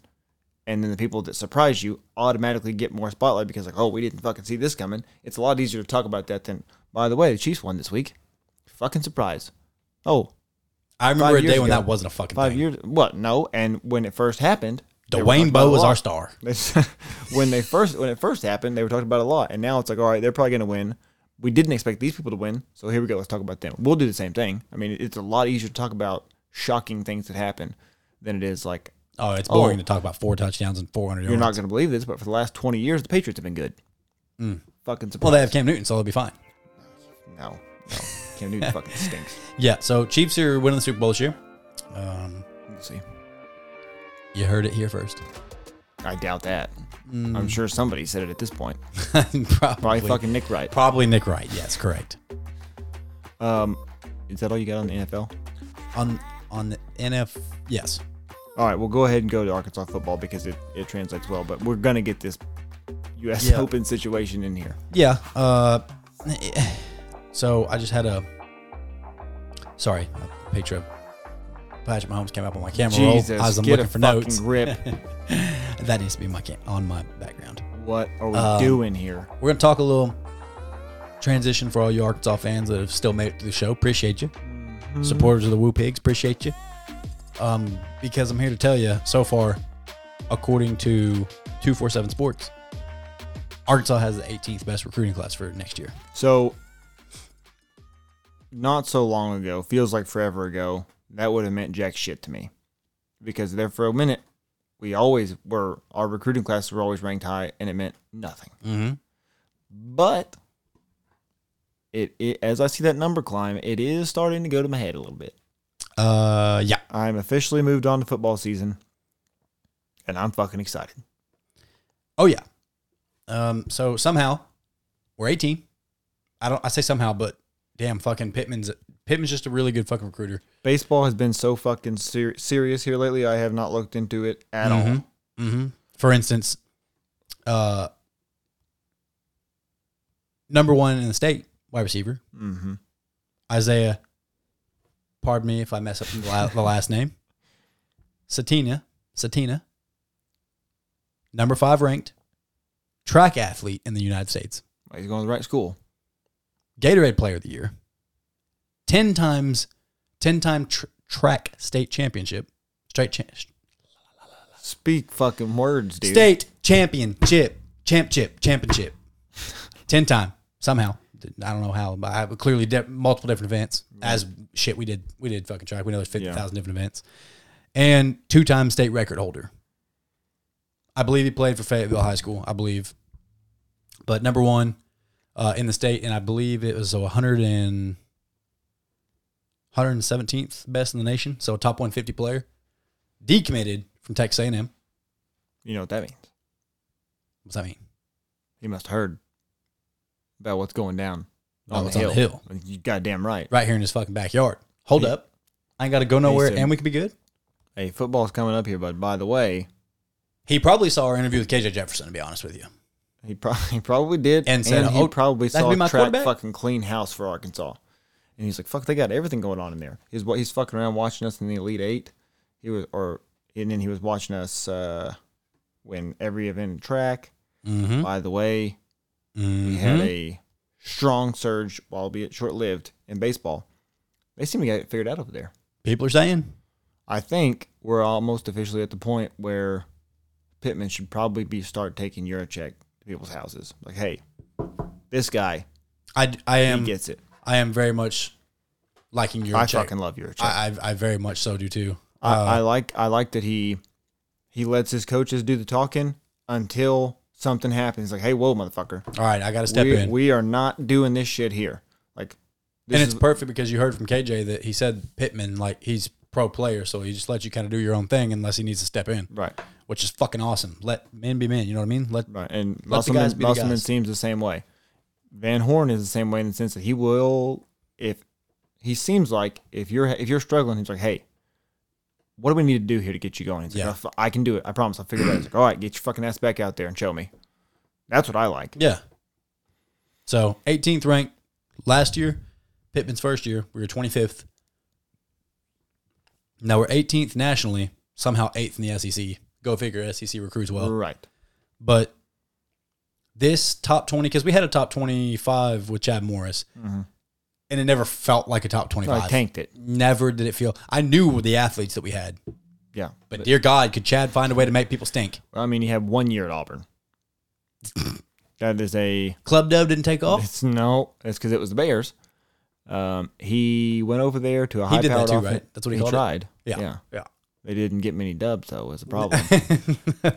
S1: and then the people that surprise you automatically get more spotlight because like, oh, we didn't fucking see this coming. It's a lot easier to talk about that than. By the way, the Chiefs won this week. Fucking surprise. Oh,
S2: I remember a
S1: years
S2: day when
S1: ago.
S2: that wasn't a fucking
S1: Five
S2: thing.
S1: years? What? No. And when it first happened, were
S2: Dwayne
S1: talking about a
S2: Bowe is
S1: lot.
S2: our star.
S1: They s- when they first when it first happened, they were talked about a lot, and now it's like, all right, they're probably going to win. We didn't expect these people to win, so here we go. Let's talk about them. We'll do the same thing. I mean, it's a lot easier to talk about shocking things that happen than it is like
S2: Oh, it's boring
S1: Oh.
S2: to talk about four touchdowns and 400 yards.
S1: you're not going to believe this, but for the last twenty years, the Patriots have been good. Fucking surprise.
S2: Mm. well, they have Cam Newton, so they'll be fine.
S1: no, no, Cam Newton fucking stinks.
S2: Yeah, so Chiefs are winning the Super Bowl this year. Um,
S1: Let's see,
S2: you heard it here first.
S1: I doubt that. I'm sure somebody said it at this point. Probably
S2: Mm. probably,
S1: fucking Nick Wright.
S2: probably Nick Wright. Yes, correct.
S1: Um, is that all you got on the NFL?
S2: On on the NF, yes.
S1: All right, we'll go ahead and go to Arkansas football because it, it translates well, but we're going to get this U.S.
S2: Yeah.
S1: Open situation in here.
S2: Yeah. Uh, so I just had a. Sorry, a picture of Patrick Mahomes came up on my camera
S1: Jesus,
S2: roll as I'm
S1: get
S2: looking
S1: a
S2: for
S1: fucking
S2: notes.
S1: grip.
S2: That needs to be my cam- on my background.
S1: what are we
S2: Um,
S1: doing here?
S2: We're gonna talk a little transition for all you Arkansas fans that have still made it to the show. Appreciate you, supporters of the Woo Pigs. Appreciate you. Um, because I'm here to tell you, so far, according to 247 Sports, Arkansas has the 18th best recruiting class for next year.
S1: So, not so long ago, feels like forever ago, that would have meant jack shit to me because there for a minute, we always were, our recruiting classes were always ranked high and it meant nothing.
S2: Mm-hmm.
S1: But it, it as I see that number climb, it is starting to go to my head a little bit.
S2: Uh, yeah.
S1: I'm officially moved on to football season, and I'm fucking excited.
S2: Oh yeah. Um, so somehow we're 18. I don't. I say somehow, but damn, fucking Pittman's Pittman's just a really good fucking recruiter.
S1: Baseball has been so fucking ser- serious here lately. I have not looked into it at all.
S2: hmm For instance, uh, number one in the state wide receiver
S1: Mm-hmm.
S2: Isaiah. Pardon me if I mess up the, la- the last name. Satina, Satina. Number five ranked track athlete in the United States.
S1: He's going to the right school.
S2: Gatorade Player of the Year, ten times, ten time tr- track state championship, straight cha-
S1: Speak fucking words, dude.
S2: state championship, champ chip, championship, ten time somehow. I don't know how, but I clearly di- multiple different events. As shit, we did we did fucking track. We know there's fifty thousand different events, and two time state record holder. I believe he played for Fayetteville High School. I believe, but number one uh, in the state, and I believe it was a 100 and 117th best in the nation, so a top 150 player, decommitted from Texas A&M.
S1: You know what that means?
S2: What's that mean?
S1: He must have heard about what's going down
S2: Oh, it's on the hill.
S1: You goddamn right.
S2: Right here in his fucking backyard. Hold
S1: Hey.
S2: up, I ain't got to go nowhere,
S1: said-
S2: and we can be good.
S1: Hey, football's coming up here, but by the way,
S2: He probably saw our interview with KJ Jefferson, to be honest with you.
S1: he, pro- he probably did,
S2: And said,
S1: he
S2: "Oh,
S1: probably
S2: that could
S1: saw
S2: be my
S1: track
S2: quarterback?"
S1: fucking clean house for Arkansas. And he's like, "Fuck, they got everything going on in there." He's wa- he's fucking around watching us in the Elite Eight. He was, or and then he was watching us uh, win every event in track.
S2: Mm-hmm.
S1: By the way, we had a strong surge, albeit short-lived, in baseball. They seem to get it figured out over there.
S2: People are saying
S1: I think we're almost officially at the point where Pittman should probably be start taking Eurocheck to people's houses. Like, hey, this guy,
S2: I, I
S1: he
S2: am
S1: gets it.
S2: I am very much liking your
S1: I
S2: check. uh,
S1: fucking love Eurocheck. I,
S2: I, I I very much so do too.
S1: I, like I like that he he lets his coaches do the talking until something happens. Like, hey, whoa, motherfucker,
S2: All right, I got to step
S1: we,
S2: in.
S1: we are not doing this shit here. Like, this
S2: and it's
S1: is,
S2: perfect because you heard from KJ that he said Pittman, like he's pro player, so he just lets you kind of do your own thing unless he needs to step in,
S1: right,
S2: which is fucking awesome. Let men be men. You know what I mean? Let
S1: right. And
S2: Let the guys
S1: Musselman
S2: be the
S1: Musselman
S2: guys.
S1: seems the same way. Van Horn is the same way in the sense that he will if he seems like if you're if you're struggling, he's like, hey. What do we need to do here to get you going? He's
S2: Yeah.
S1: like, "I fu- I can do it. I promise. I'll figure it out. He's like, all right, get your fucking ass back out there and show me. That's what I like.
S2: yeah. So 18th ranked last year, Pittman's first year, we were 25th. Now we're 18th nationally, somehow eighth in the SEC. Go figure, SEC recruits well.
S1: right.
S2: but this top 20 because we had a top 25 with chad morris and it never felt like a top
S1: I
S2: 25
S1: tanked it.
S2: never did it feel i knew the athletes that we had
S1: Yeah.
S2: But dear God, could Chad find a way to make people stink?
S1: Well, I mean, he had one year at Auburn. that is a
S2: Club Dub didn't take off.
S1: it's no. That's because it was the Bears. Um, he went over there to a high
S2: did that
S1: powered
S2: too,
S1: offense.
S2: right? That's what he
S1: he
S2: called it?
S1: tried.
S2: Yeah.
S1: yeah.
S2: Yeah.
S1: They didn't get many dubs though. Was the problem.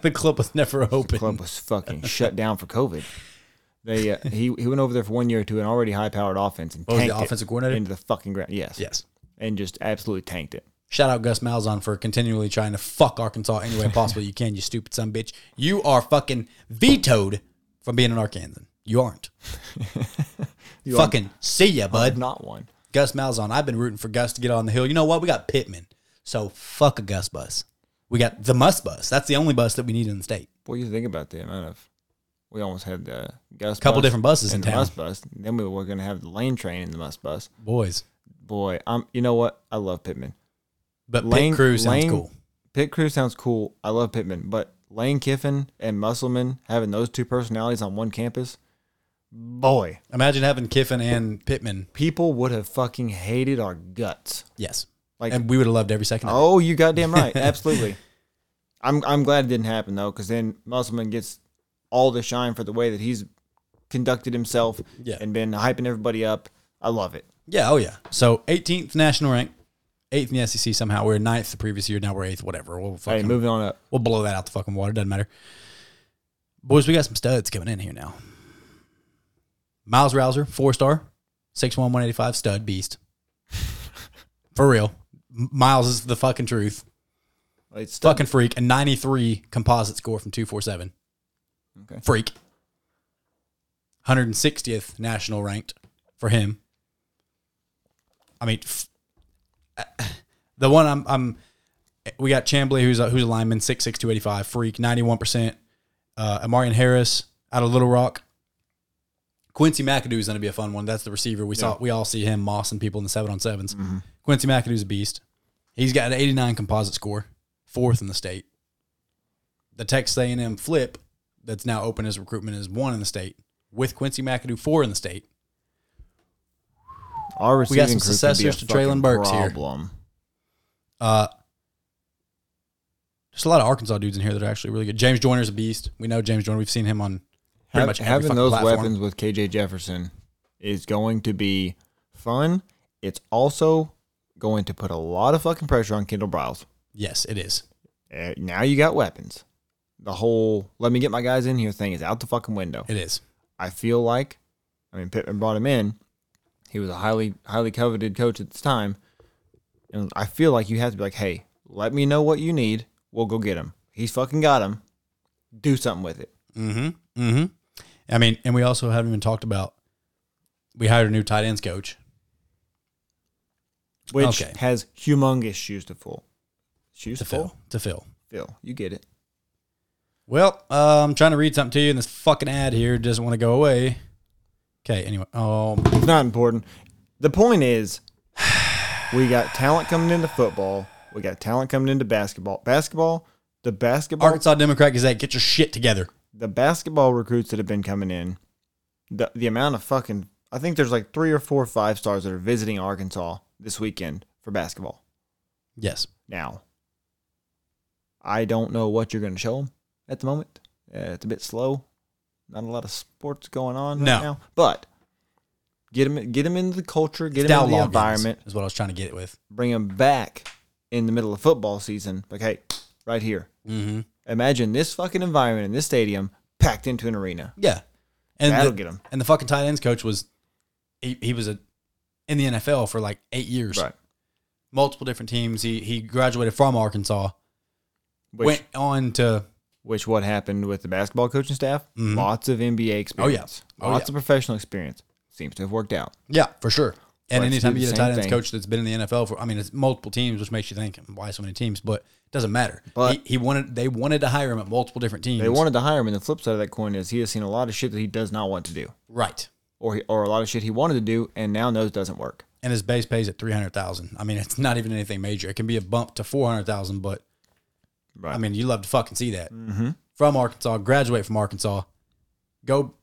S2: the club was never open.
S1: club was fucking shut down for COVID. They uh, he he went over there for one year to an already high powered offense and
S2: What was Oh, the
S1: tanked it
S2: offensive coordinator?
S1: into the fucking ground. Yes,
S2: Yes.
S1: and just absolutely tanked it.
S2: Shout out Gus Malzahn for continually trying to fuck Arkansas any way possible you can, you stupid son of a bitch. You are fucking vetoed from being an Arkansan. You aren't. fucking see ya, bud.
S1: Not one.
S2: Gus Malzahn. I've been rooting for Gus to get on the hill. You know what? We got Pittman. So fuck a Gus bus. We got the Must bus. That's the only bus that we need in the state.
S1: What do you think about the amount of? We almost had the Gus
S2: Couple
S1: bus
S2: different buses
S1: and
S2: in
S1: the
S2: town.
S1: bus bus. Then we were gonna have the lane train and the bus bus.
S2: Boys.
S1: Boy, I'm. You know what? I love Pittman.
S2: But
S1: Lane-
S2: Pit Crew sounds
S1: Lane-
S2: cool.
S1: Pitt Crew sounds cool. I love Pittman, but Lane Kiffin and Musselman having those two personalities on one campus, boy,
S2: Imagine having Kiffin and Pittman.
S1: people would have fucking hated our guts.
S2: Yes.
S1: Like-
S2: and we would have loved every second of it.
S1: Oh, you goddamn right. Absolutely. I'm I'm glad it didn't happen though, because then Musselman gets all the shine for the way that he's conducted himself
S2: Yeah.
S1: and been hyping everybody up. I love it.
S2: Yeah, oh yeah. So 18th national rank, eighth in the SEC somehow. We were ninth the previous year. Now we're eighth. Whatever. We'll
S1: Hey,
S2: fucking,
S1: moving on up.
S2: we'll blow that out the fucking water. Doesn't matter. Boys, we got some studs coming in here now. Miles Rouser, four star, six one one eighty five stud beast. For real, M- Miles is the fucking truth.
S1: It's stuck.
S2: Fucking freak. A ninety three composite score from two four seven.
S1: Okay.
S2: Freak. Hundred and sixtieth national ranked for him. I mean, f- uh, the one I'm, I'm we got Chambly, who's a, who's a lineman, six six two eighty five, freak, ninety one percent. Uh, Amarian Harris out of Little Rock. Quincy McAdoo is going to be a fun one. That's the receiver we saw. We all see him mossing people in the seven on 7s Quincy McAdoo's a beast. He's got an eighty nine composite score, fourth in the state. The Texas A and M flip that's now open as recruitment is one in the state with Quincy McAdoo four in the state.
S1: Our
S2: We got
S1: receiving
S2: some
S1: crew could be a
S2: successors to Traylon
S1: fucking
S2: Burks here.
S1: problem.
S2: Uh, there's a lot of Arkansas dudes in here that are actually really good. James Joyner's a beast. We know James Joyner. We've seen him on pretty
S1: Hav-
S2: much every
S1: having
S2: fucking
S1: those
S2: platform.
S1: weapons with KJ Jefferson is going to be fun. It's also going to put a lot of fucking pressure on Kendall Briles.
S2: Yes, it is.
S1: Uh, now you got weapons. The whole let me get my guys in here thing is out the fucking window.
S2: It is.
S1: I feel like, I mean, Pittman brought him in. He was a highly, highly coveted coach at this time, and I feel like you have to be like, hey, let me know what you need. We'll go get him. He's fucking got him. Do something with it.
S2: Mm-hmm. Mm-hmm. I mean, and we also haven't even talked about we hired a new tight ends coach.
S1: Which
S2: Okay.
S1: has humongous shoes to fill. Shoes
S2: To
S1: to fill.
S2: fill. To fill.
S1: Fill. You get it.
S2: Well, uh, I'm trying to read something to you, and this fucking ad here doesn't want to go away. Okay, anyway. Um,
S1: It's not important. The point is, we got talent coming into football. We got talent coming into basketball. Basketball. The basketball
S2: Arkansas Democrat Gazette, get your shit together.
S1: the basketball recruits that have been coming in, the the amount of fucking I think there's like three or four five stars that are visiting Arkansas this weekend for basketball.
S2: Yes.
S1: Now, I don't know what you're going to show them at the moment. Uh, it's a bit slow. Not a lot of sports going on
S2: No.
S1: right now, but get them get them into the culture, get them
S2: Dow
S1: into the
S2: Loggins
S1: environment,
S2: is what I was trying to get it with.
S1: bring them back in the middle of football season. Like, hey, right here.
S2: Mm-hmm.
S1: Imagine this fucking environment in this stadium packed into an arena.
S2: Yeah. And
S1: That'll
S2: the,
S1: get 'em.
S2: And the fucking tight ends coach was he, he was a in the NFL for like eight years.
S1: Right.
S2: Multiple different teams. He he graduated from Arkansas.
S1: Which,
S2: went on to
S1: which what happened with the basketball coaching staff?
S2: Mhm.
S1: Lots of NBA experience.
S2: Oh,
S1: Lots
S2: yeah.
S1: of professional experience. Seems to have worked out.
S2: Yeah, for sure. And
S1: Let's
S2: anytime
S1: do
S2: you
S1: the
S2: get a
S1: same
S2: tight ends
S1: thing.
S2: coach that's been in the NFL for, I mean, it's multiple teams, which makes you think why so many teams, but it doesn't matter.
S1: But-
S2: he, he wanted they wanted to hire him at multiple different teams.
S1: They wanted to hire him, and the flip side of that coin is he has seen a lot of shit that he does not want to do,
S2: right,
S1: or he, or a lot of shit he wanted to do and now knows doesn't work.
S2: and his base pays at three hundred thousand. I mean, it's not even anything major. It can be a bump to four hundred thousand, but
S1: Right.
S2: I mean, you love to fucking see that
S1: Mm-hmm.
S2: from Arkansas, graduate from Arkansas, go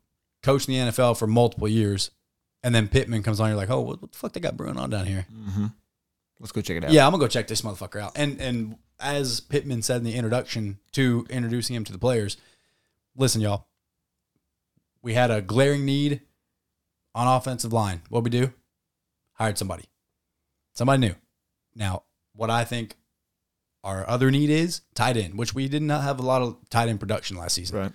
S2: coach in the NFL for multiple years, and then Pittman comes on. You're like, oh, what, what the fuck they got brewing on down here?
S1: Mm-hmm. Let's go check it out.
S2: Yeah, I'm gonna go check this motherfucker out. And and as Pittman said in the introduction to introducing him to the players, listen, y'all, we had a glaring need on offensive line. What we do? Hired somebody, somebody new. Now, what I think our other need is tight end, which we did not have a lot of tight end production last season.
S1: Right.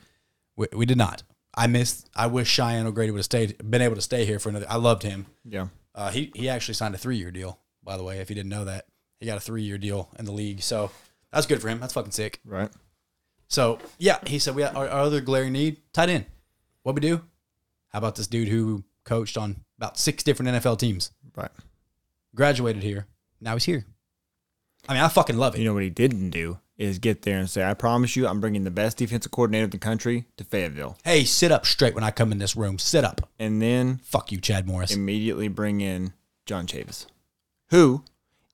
S2: We, we did not. I missed. I wish Cheyenne O'Grady would have stayed, been able to stay here for another. I loved him.
S1: Yeah.
S2: Uh, he he actually signed a three year deal, by the way. If you didn't know that, he got a three year deal in the league, so that's good for him. That's fucking sick.
S1: Right.
S2: So yeah, he said we our, our other glaring need tight end. What we do? How about this dude who coached on about six different NFL teams,
S1: Right.
S2: graduated here, now he's here. I mean, I fucking love it.
S1: You know what he didn't do is get there and say, "I promise you, I'm bringing the best defensive coordinator in the country to Fayetteville,"
S2: Hey, sit up straight when I come in this room. Sit up.
S1: and then
S2: Fuck you, Chad Morris.
S1: immediately bring in John Chavis, who,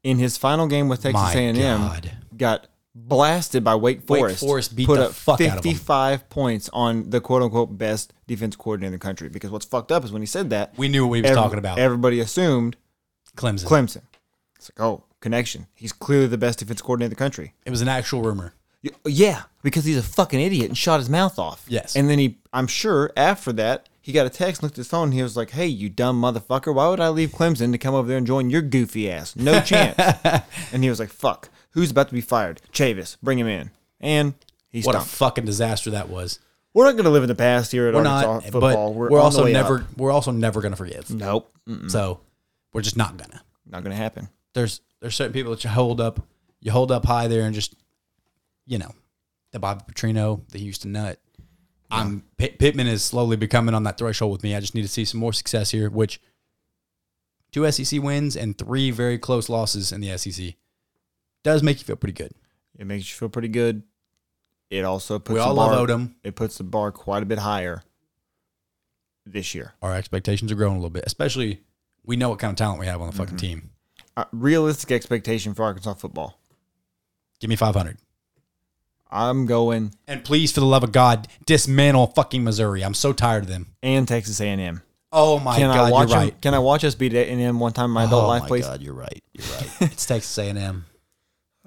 S1: in his final game with Texas
S2: My
S1: A&M,
S2: God.
S1: got blasted by Wake Forest.
S2: Forest beat
S1: put
S2: the
S1: up
S2: fuck out of 'em.
S1: fifty-five points on the quote-unquote best defense coordinator in the country. Because what's fucked up is when he said that,
S2: We knew what he was
S1: ev-
S2: talking about.
S1: Everybody assumed
S2: Clemson.
S1: Clemson. It's like, oh, connection. He's clearly the best defense coordinator in the country.
S2: it was an actual rumor.
S1: Y- Yeah, because he's a fucking idiot and shot his mouth off.
S2: Yes.
S1: And then he, I'm sure after that, he got a text, looked at his phone, and he was like, hey, you dumb motherfucker, why would I leave Clemson to come over there and join your goofy ass? No chance. and he was like, fuck, who's about to be fired? Chavis, bring him in. And he
S2: What a
S1: stopped.
S2: fucking disaster that was.
S1: we're not going to live in the past here at
S2: We're
S1: Arkansas
S2: not,
S1: football.
S2: but
S1: we're
S2: we're,
S1: on the
S2: also
S1: way
S2: never
S1: up.
S2: we're also never gonna forgive.
S1: Nope. Mm,
S2: So we're just not gonna.
S1: Not going to happen.
S2: There's there's certain people that you hold up, you hold up high there, and just you know, the Bobby Petrino, the Houston Nut. I'm Pitt, Pittman is slowly becoming on that threshold with me. I just need to see some more success here, which two SEC wins and three very close losses in the SEC does make you feel pretty good.
S1: It makes you feel pretty good. It also puts
S2: we
S1: the
S2: all love
S1: bar-
S2: Odom.
S1: It puts the bar quite a bit higher this year.
S2: Our expectations are growing a little bit, especially we know what kind of talent we have on the fucking team.
S1: uh, realistic expectation for Arkansas football.
S2: Give me 500.
S1: I'm going
S2: And please, for the love of God, dismantle fucking Missouri. I'm so tired of them.
S1: and Texas A&M.
S2: Oh my
S1: Can
S2: God,
S1: I watch
S2: you're
S1: 'em-
S2: right.
S1: Can I watch us beat A&M one time in my adult
S2: oh
S1: life,
S2: my
S1: please?
S2: God, you're right. You're right. it's Texas A&M.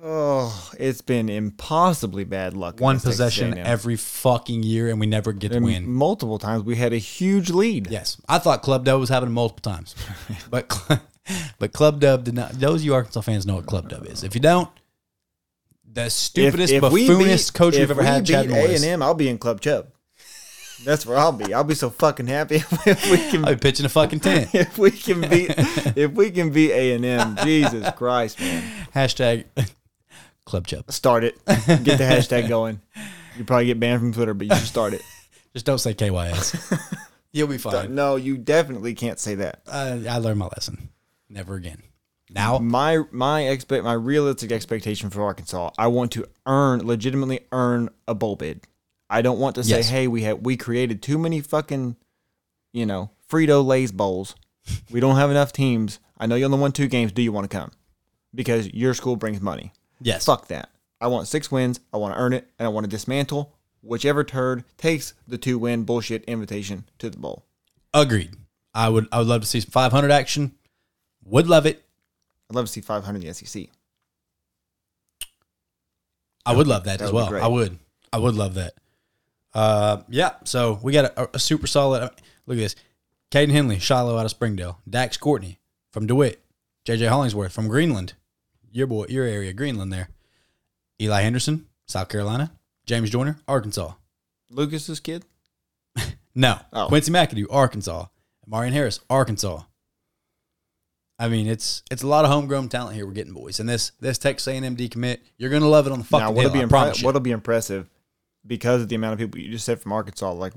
S1: Oh, it's been impossibly bad luck.
S2: One
S1: against Texas
S2: possession
S1: A&M.
S2: every fucking year, and we never get the
S1: And
S2: win.
S1: Multiple times we had a huge lead.
S2: Yes, I thought Club Dub was happening multiple times, but Cl- but Club Dub did not. Those of you Arkansas fans know what Club Dub is. If you don't, the
S1: If,
S2: stupidest,
S1: if we
S2: buffoonest
S1: beat,
S2: coach
S1: if
S2: we've ever
S1: we
S2: had, Chad
S1: beat
S2: Morris.
S1: A&M, I'll be in Club Chubb. That's where I'll be. I'll be so fucking happy if we can
S2: I'd be pitching a fucking tent.
S1: if we can beat if we can beat A&M. Jesus Christ, man.
S2: Hashtag Club Chub.
S1: start it. Get the hashtag going. You probably get banned from Twitter, but you should start it.
S2: Just don't say KYS. You'll be fine.
S1: No, you definitely can't say that.
S2: I, I learned my lesson. Never again. Now,
S1: My my expect my realistic expectation for Arkansas, I want to earn legitimately earn a bowl bid. I don't want to say,
S2: Yes.
S1: hey, we had we created too many fucking, you know, Frito Lay's bowls. We don't have enough teams. I know you only won two games. Do you want to come? Because your school brings money.
S2: yes.
S1: Fuck that. I want six wins. I want to earn it, and I want to dismantle whichever turd takes the two win bullshit invitation to the bowl.
S2: Agreed. I would. I would love to see some 500 action. Would love it.
S1: I'd love to see 500 in the E SEC.
S2: I would love that,
S1: that
S2: as
S1: would be
S2: well.
S1: great.
S2: I would. I would love that. Uh, yeah. So we got a, a super solid. Look at this. Caden Henley, Shiloh out of Springdale. Dax Courtney from DeWitt. JJ Hollingsworth from Greenland. Your boy, your area, Greenland there. Eli Henderson, South Carolina. James Joyner, Arkansas.
S1: Lucas's kid?
S2: No.
S1: Oh.
S2: Quincy McAdoo, Arkansas. Marion Harris, Arkansas. I mean, it's it's a lot of homegrown talent here we're getting, boys. And this this Texas A&M decommit, you're gonna love it on the fucking
S1: now, what'll
S2: hill,
S1: be,
S2: I
S1: impre-
S2: promise you.
S1: what'll be impressive because of the amount of people you just said from Arkansas. Like,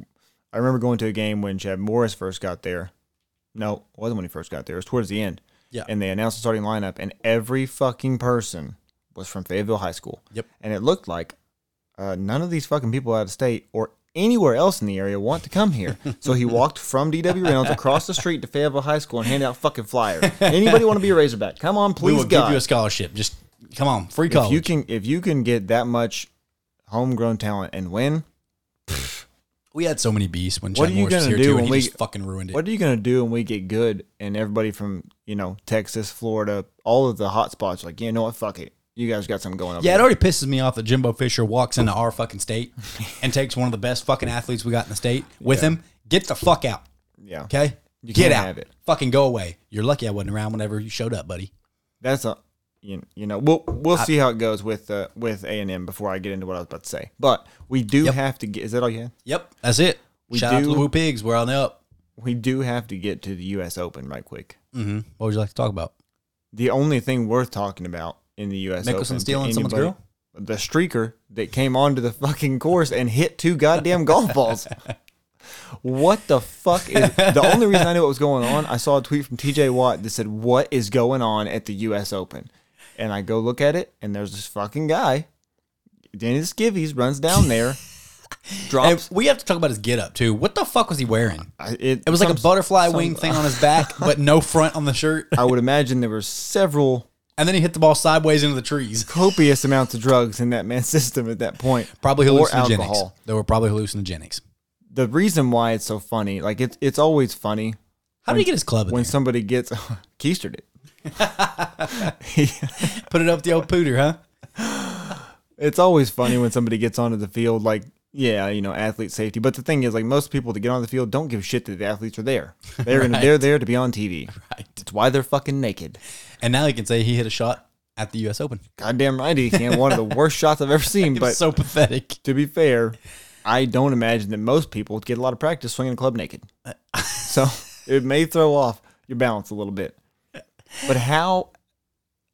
S1: I remember going to a game when Chad Morris first got there. No, it wasn't when he first got there. It was towards the end.
S2: Yeah.
S1: And they announced the starting lineup, and every fucking person was from Fayetteville High School.
S2: Yep.
S1: And it looked like uh, none of these fucking people out of state or anywhere else in the area want to come here. so he walked from DW Reynolds across the street to Fayetteville High School and hand out fucking flyers. Anybody want to be a Razorback? Come on, please,
S2: we will
S1: God.
S2: give you a scholarship. Just come on, free
S1: if you
S2: college.
S1: can, if you can get that much homegrown talent and win,
S2: We had so many beasts when
S1: What
S2: Chad
S1: are you
S2: Morris was
S1: gonna
S2: here
S1: do
S2: too, and
S1: when
S2: he
S1: we-
S2: just fucking ruined it.
S1: What are you gonna do when we get good and everybody from you know Texas, Florida, all of the hot spots? Like you know what? Fuck it. You guys got something going on.
S2: Yeah, it already pisses me off that Jimbo Fisher walks into our fucking state and takes one of the best fucking athletes we got in the state with him. Get the fuck out.
S1: yeah.
S2: Okay?
S1: You
S2: Get
S1: can't
S2: out.
S1: have it.
S2: Fucking go away. You're lucky I wasn't around whenever you showed up, buddy.
S1: That's a you, you know we'll we'll see how it goes with uh, with A and M before I get into what I was about to say. But we do have to get. Is that all you had?
S2: Yep. That's it.
S1: We
S2: Shout out to
S1: do-
S2: the Woo Pigs. We're on the up.
S1: We do have to get to the U.S. Open right quick.
S2: Mm-hmm. What would you like to talk about?
S1: The only thing worth talking about in the U.S. Open
S2: Mickelson
S1: to
S2: stealing someone's
S1: anybody-
S2: girl?
S1: the streaker that came onto the fucking course and hit two goddamn golf balls. What the fuck is the only reason I knew what was going on? I saw a tweet from TJ Watt that said, What is going on at the US Open? And I go look at it, and there's this fucking guy, Danny Skivvies, runs down there,
S2: And
S1: drops.
S2: we have to talk about his get up too. What the fuck was he wearing?
S1: I-
S2: It was like a
S1: some-
S2: butterfly
S1: some-
S2: wing thing on his back, but no front on the shirt.
S1: I would imagine there were several
S2: And then he hit the ball sideways into the trees.
S1: copious amounts of drugs in that man's system at that point.
S2: Probably
S1: or
S2: hallucinogenics.
S1: alcohol.
S2: They were probably hallucinogenics.
S1: The reason why it's so funny, like it's it's always funny
S2: How did he get his club in
S1: when
S2: there?
S1: somebody gets keistered it. He-
S2: Put it up the old pooter, huh?
S1: it's always funny when somebody gets onto the field, like, yeah, you know, athlete safety. But the thing is, like, most people that get on the field don't give a shit that the athletes are there. They're gonna, they're there to be on TV.
S2: Right.
S1: It's why they're fucking naked.
S2: And now he can say he hit a shot at the U.S. Open.
S1: Goddamn right, he can. One of the worst shots I've ever seen.
S2: It
S1: But
S2: was so pathetic.
S1: to be fair, I don't imagine that most people get a lot of practice swinging a club naked. So it may throw off your balance a little bit. But how,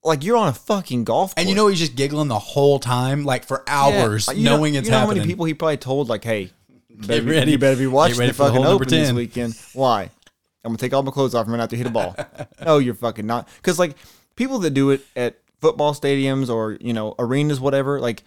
S1: like, you're on a fucking golf course.
S2: And you know he's just giggling the whole time, like for
S1: Yeah,
S2: hours,
S1: like, you know-
S2: knowing it's
S1: you know
S2: happening.
S1: How many people he probably told like, "Hey, better be-
S2: ready.
S1: you better be
S2: Get
S1: watching
S2: ready
S1: the
S2: for the
S1: fucking
S2: hole number
S1: Open this
S2: 10.
S1: weekend." Why? I'm gonna take all my clothes off. I'm gonna have to hit a ball. no, you're fucking not. Because like people that do it at football stadiums or you know arenas, whatever. Like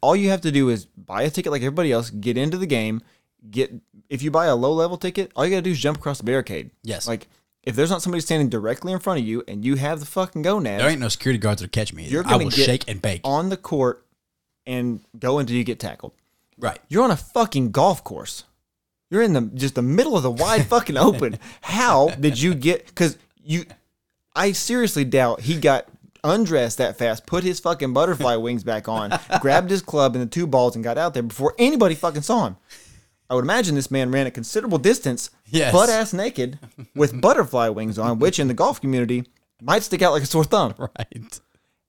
S1: all you have to do is buy a ticket like everybody else. Get into the game. Get if you buy a low level ticket, all you gotta do is jump across the barricade.
S2: Yes.
S1: Like if there's not somebody standing directly in front of you and you have the fucking gonads,
S2: there ain't no security guards that'll catch me. either.
S1: You're
S2: I
S1: gonna
S2: will
S1: get
S2: shake and bake.
S1: on the court and go until you get tackled.
S2: Right.
S1: You're on a fucking golf course. You're in the just the middle of the wide fucking open. How did you get? Because you, I seriously doubt he got undressed that fast, put his fucking butterfly wings back on, grabbed his club and the two balls, and got out there before anybody fucking saw him. I would imagine this man ran a considerable distance,
S2: Yes.
S1: butt ass naked, with butterfly wings on, which in the golf community might stick out like a sore thumb
S2: Right.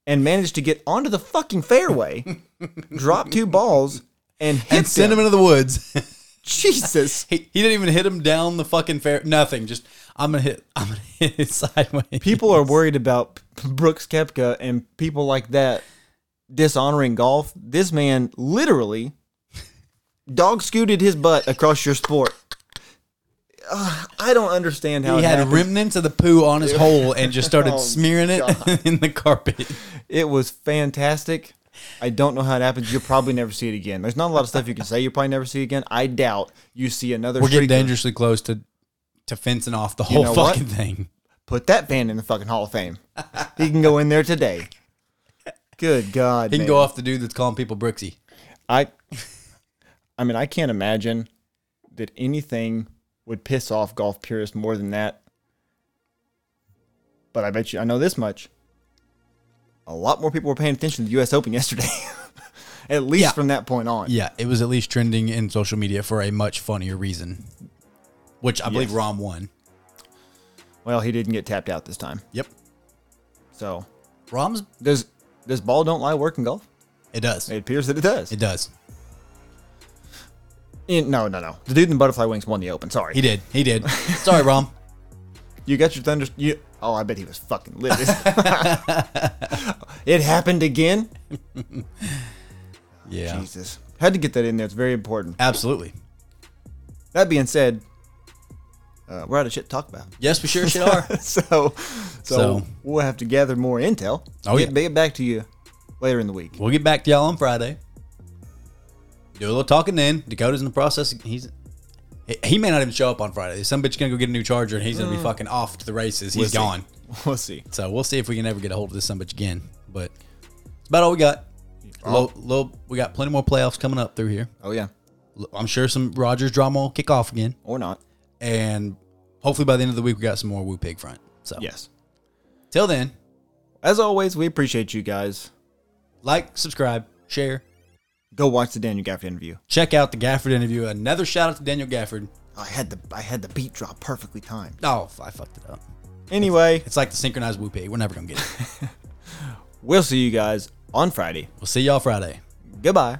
S1: and managed to get onto the fucking fairway, drop two balls, and hit
S2: And send him
S1: them.
S2: into the woods.
S1: Jesus.
S2: he, he didn't even hit him down the fucking fair. Nothing. Just I'm gonna hit. I'm gonna hit it sideways.
S1: People are worried about Brooks Kepka and people like that dishonoring golf. This man literally dog scooted his butt across your sport. Ugh, I don't understand how
S2: He
S1: it
S2: had
S1: happened.
S2: remnants of the poo on his hole and just started
S1: Oh,
S2: smearing it in the carpet.
S1: It was fantastic. I don't know how it happens. You'll probably never see it again. There's not a lot of stuff you can say you'll probably never see again. I doubt you see another.
S2: We're getting
S1: streaker.
S2: dangerously close to to fencing off the whole
S1: know what?
S2: fucking thing.
S1: put that fan in the fucking Hall of Fame. He can go in there today. Good God,
S2: He
S1: man.
S2: can go off the dude that's calling people Brooksy.
S1: I, I mean, I can't imagine that anything would piss off golf purists more than that. But I bet you, I know this much. A lot more people were paying attention to the U.S. Open yesterday, at least
S2: Yeah.
S1: from that point on.
S2: Yeah, it was at least trending in social media for a much funnier reason, which I believe
S1: Yes.
S2: Rom won.
S1: Well, he didn't get tapped out this time,
S2: Yep,
S1: so
S2: Rom's
S1: does does ball don't lie work in golf?
S2: it does.
S1: It
S2: It,
S1: appears that it does.
S2: does.
S1: Eh, no, no, no. The dude in the butterfly wings won the Open. Sorry,
S2: He did. He did. Sorry, Rom.
S1: You got your thunder. You, oh, I bet he was fucking livid. it happened again.
S2: Yeah,
S1: Jesus, had to get that in there. It's very important.
S2: absolutely.
S1: That being said, uh, we're out of shit to talk about.
S2: Yes, we sure shit are.
S1: So, so,
S2: So-
S1: we'll have to gather more intel.
S2: Oh,
S1: get,
S2: yeah.
S1: get back to you later in the week.
S2: We'll get back to y'all on Friday. Do a little talking then. Dakota's in the process. He's he- he may not even show up on Friday. Some bitch gonna go get a new charger and he's gonna be fucking off to the races. He's
S1: We'll see.
S2: gone.
S1: We'll see.
S2: So we'll see if we can ever get a hold of this son of a bitch again. But it's about all we got. Low, low, we got plenty more playoffs coming up through here.
S1: Oh yeah,
S2: A I'm sure some Rogers drama will kick off again,
S1: or not.
S2: and hopefully by the end of the week we got some more Woo Pig front. So
S1: Yes.
S2: till then,
S1: As always, we appreciate you guys.
S2: like, subscribe, share,
S1: Go watch the Daniel Gaffney interview.
S2: check out the Gafford interview. Another shout out to Daniel Gafford.
S1: I had the I had the beat drop perfectly timed.
S2: Oh, I fucked it up.
S1: Anyway,
S2: It's like the synchronized Woo Pig. We're never gonna get it.
S1: we'll see you guys on Friday.
S2: We'll see y'all Friday.
S1: Goodbye.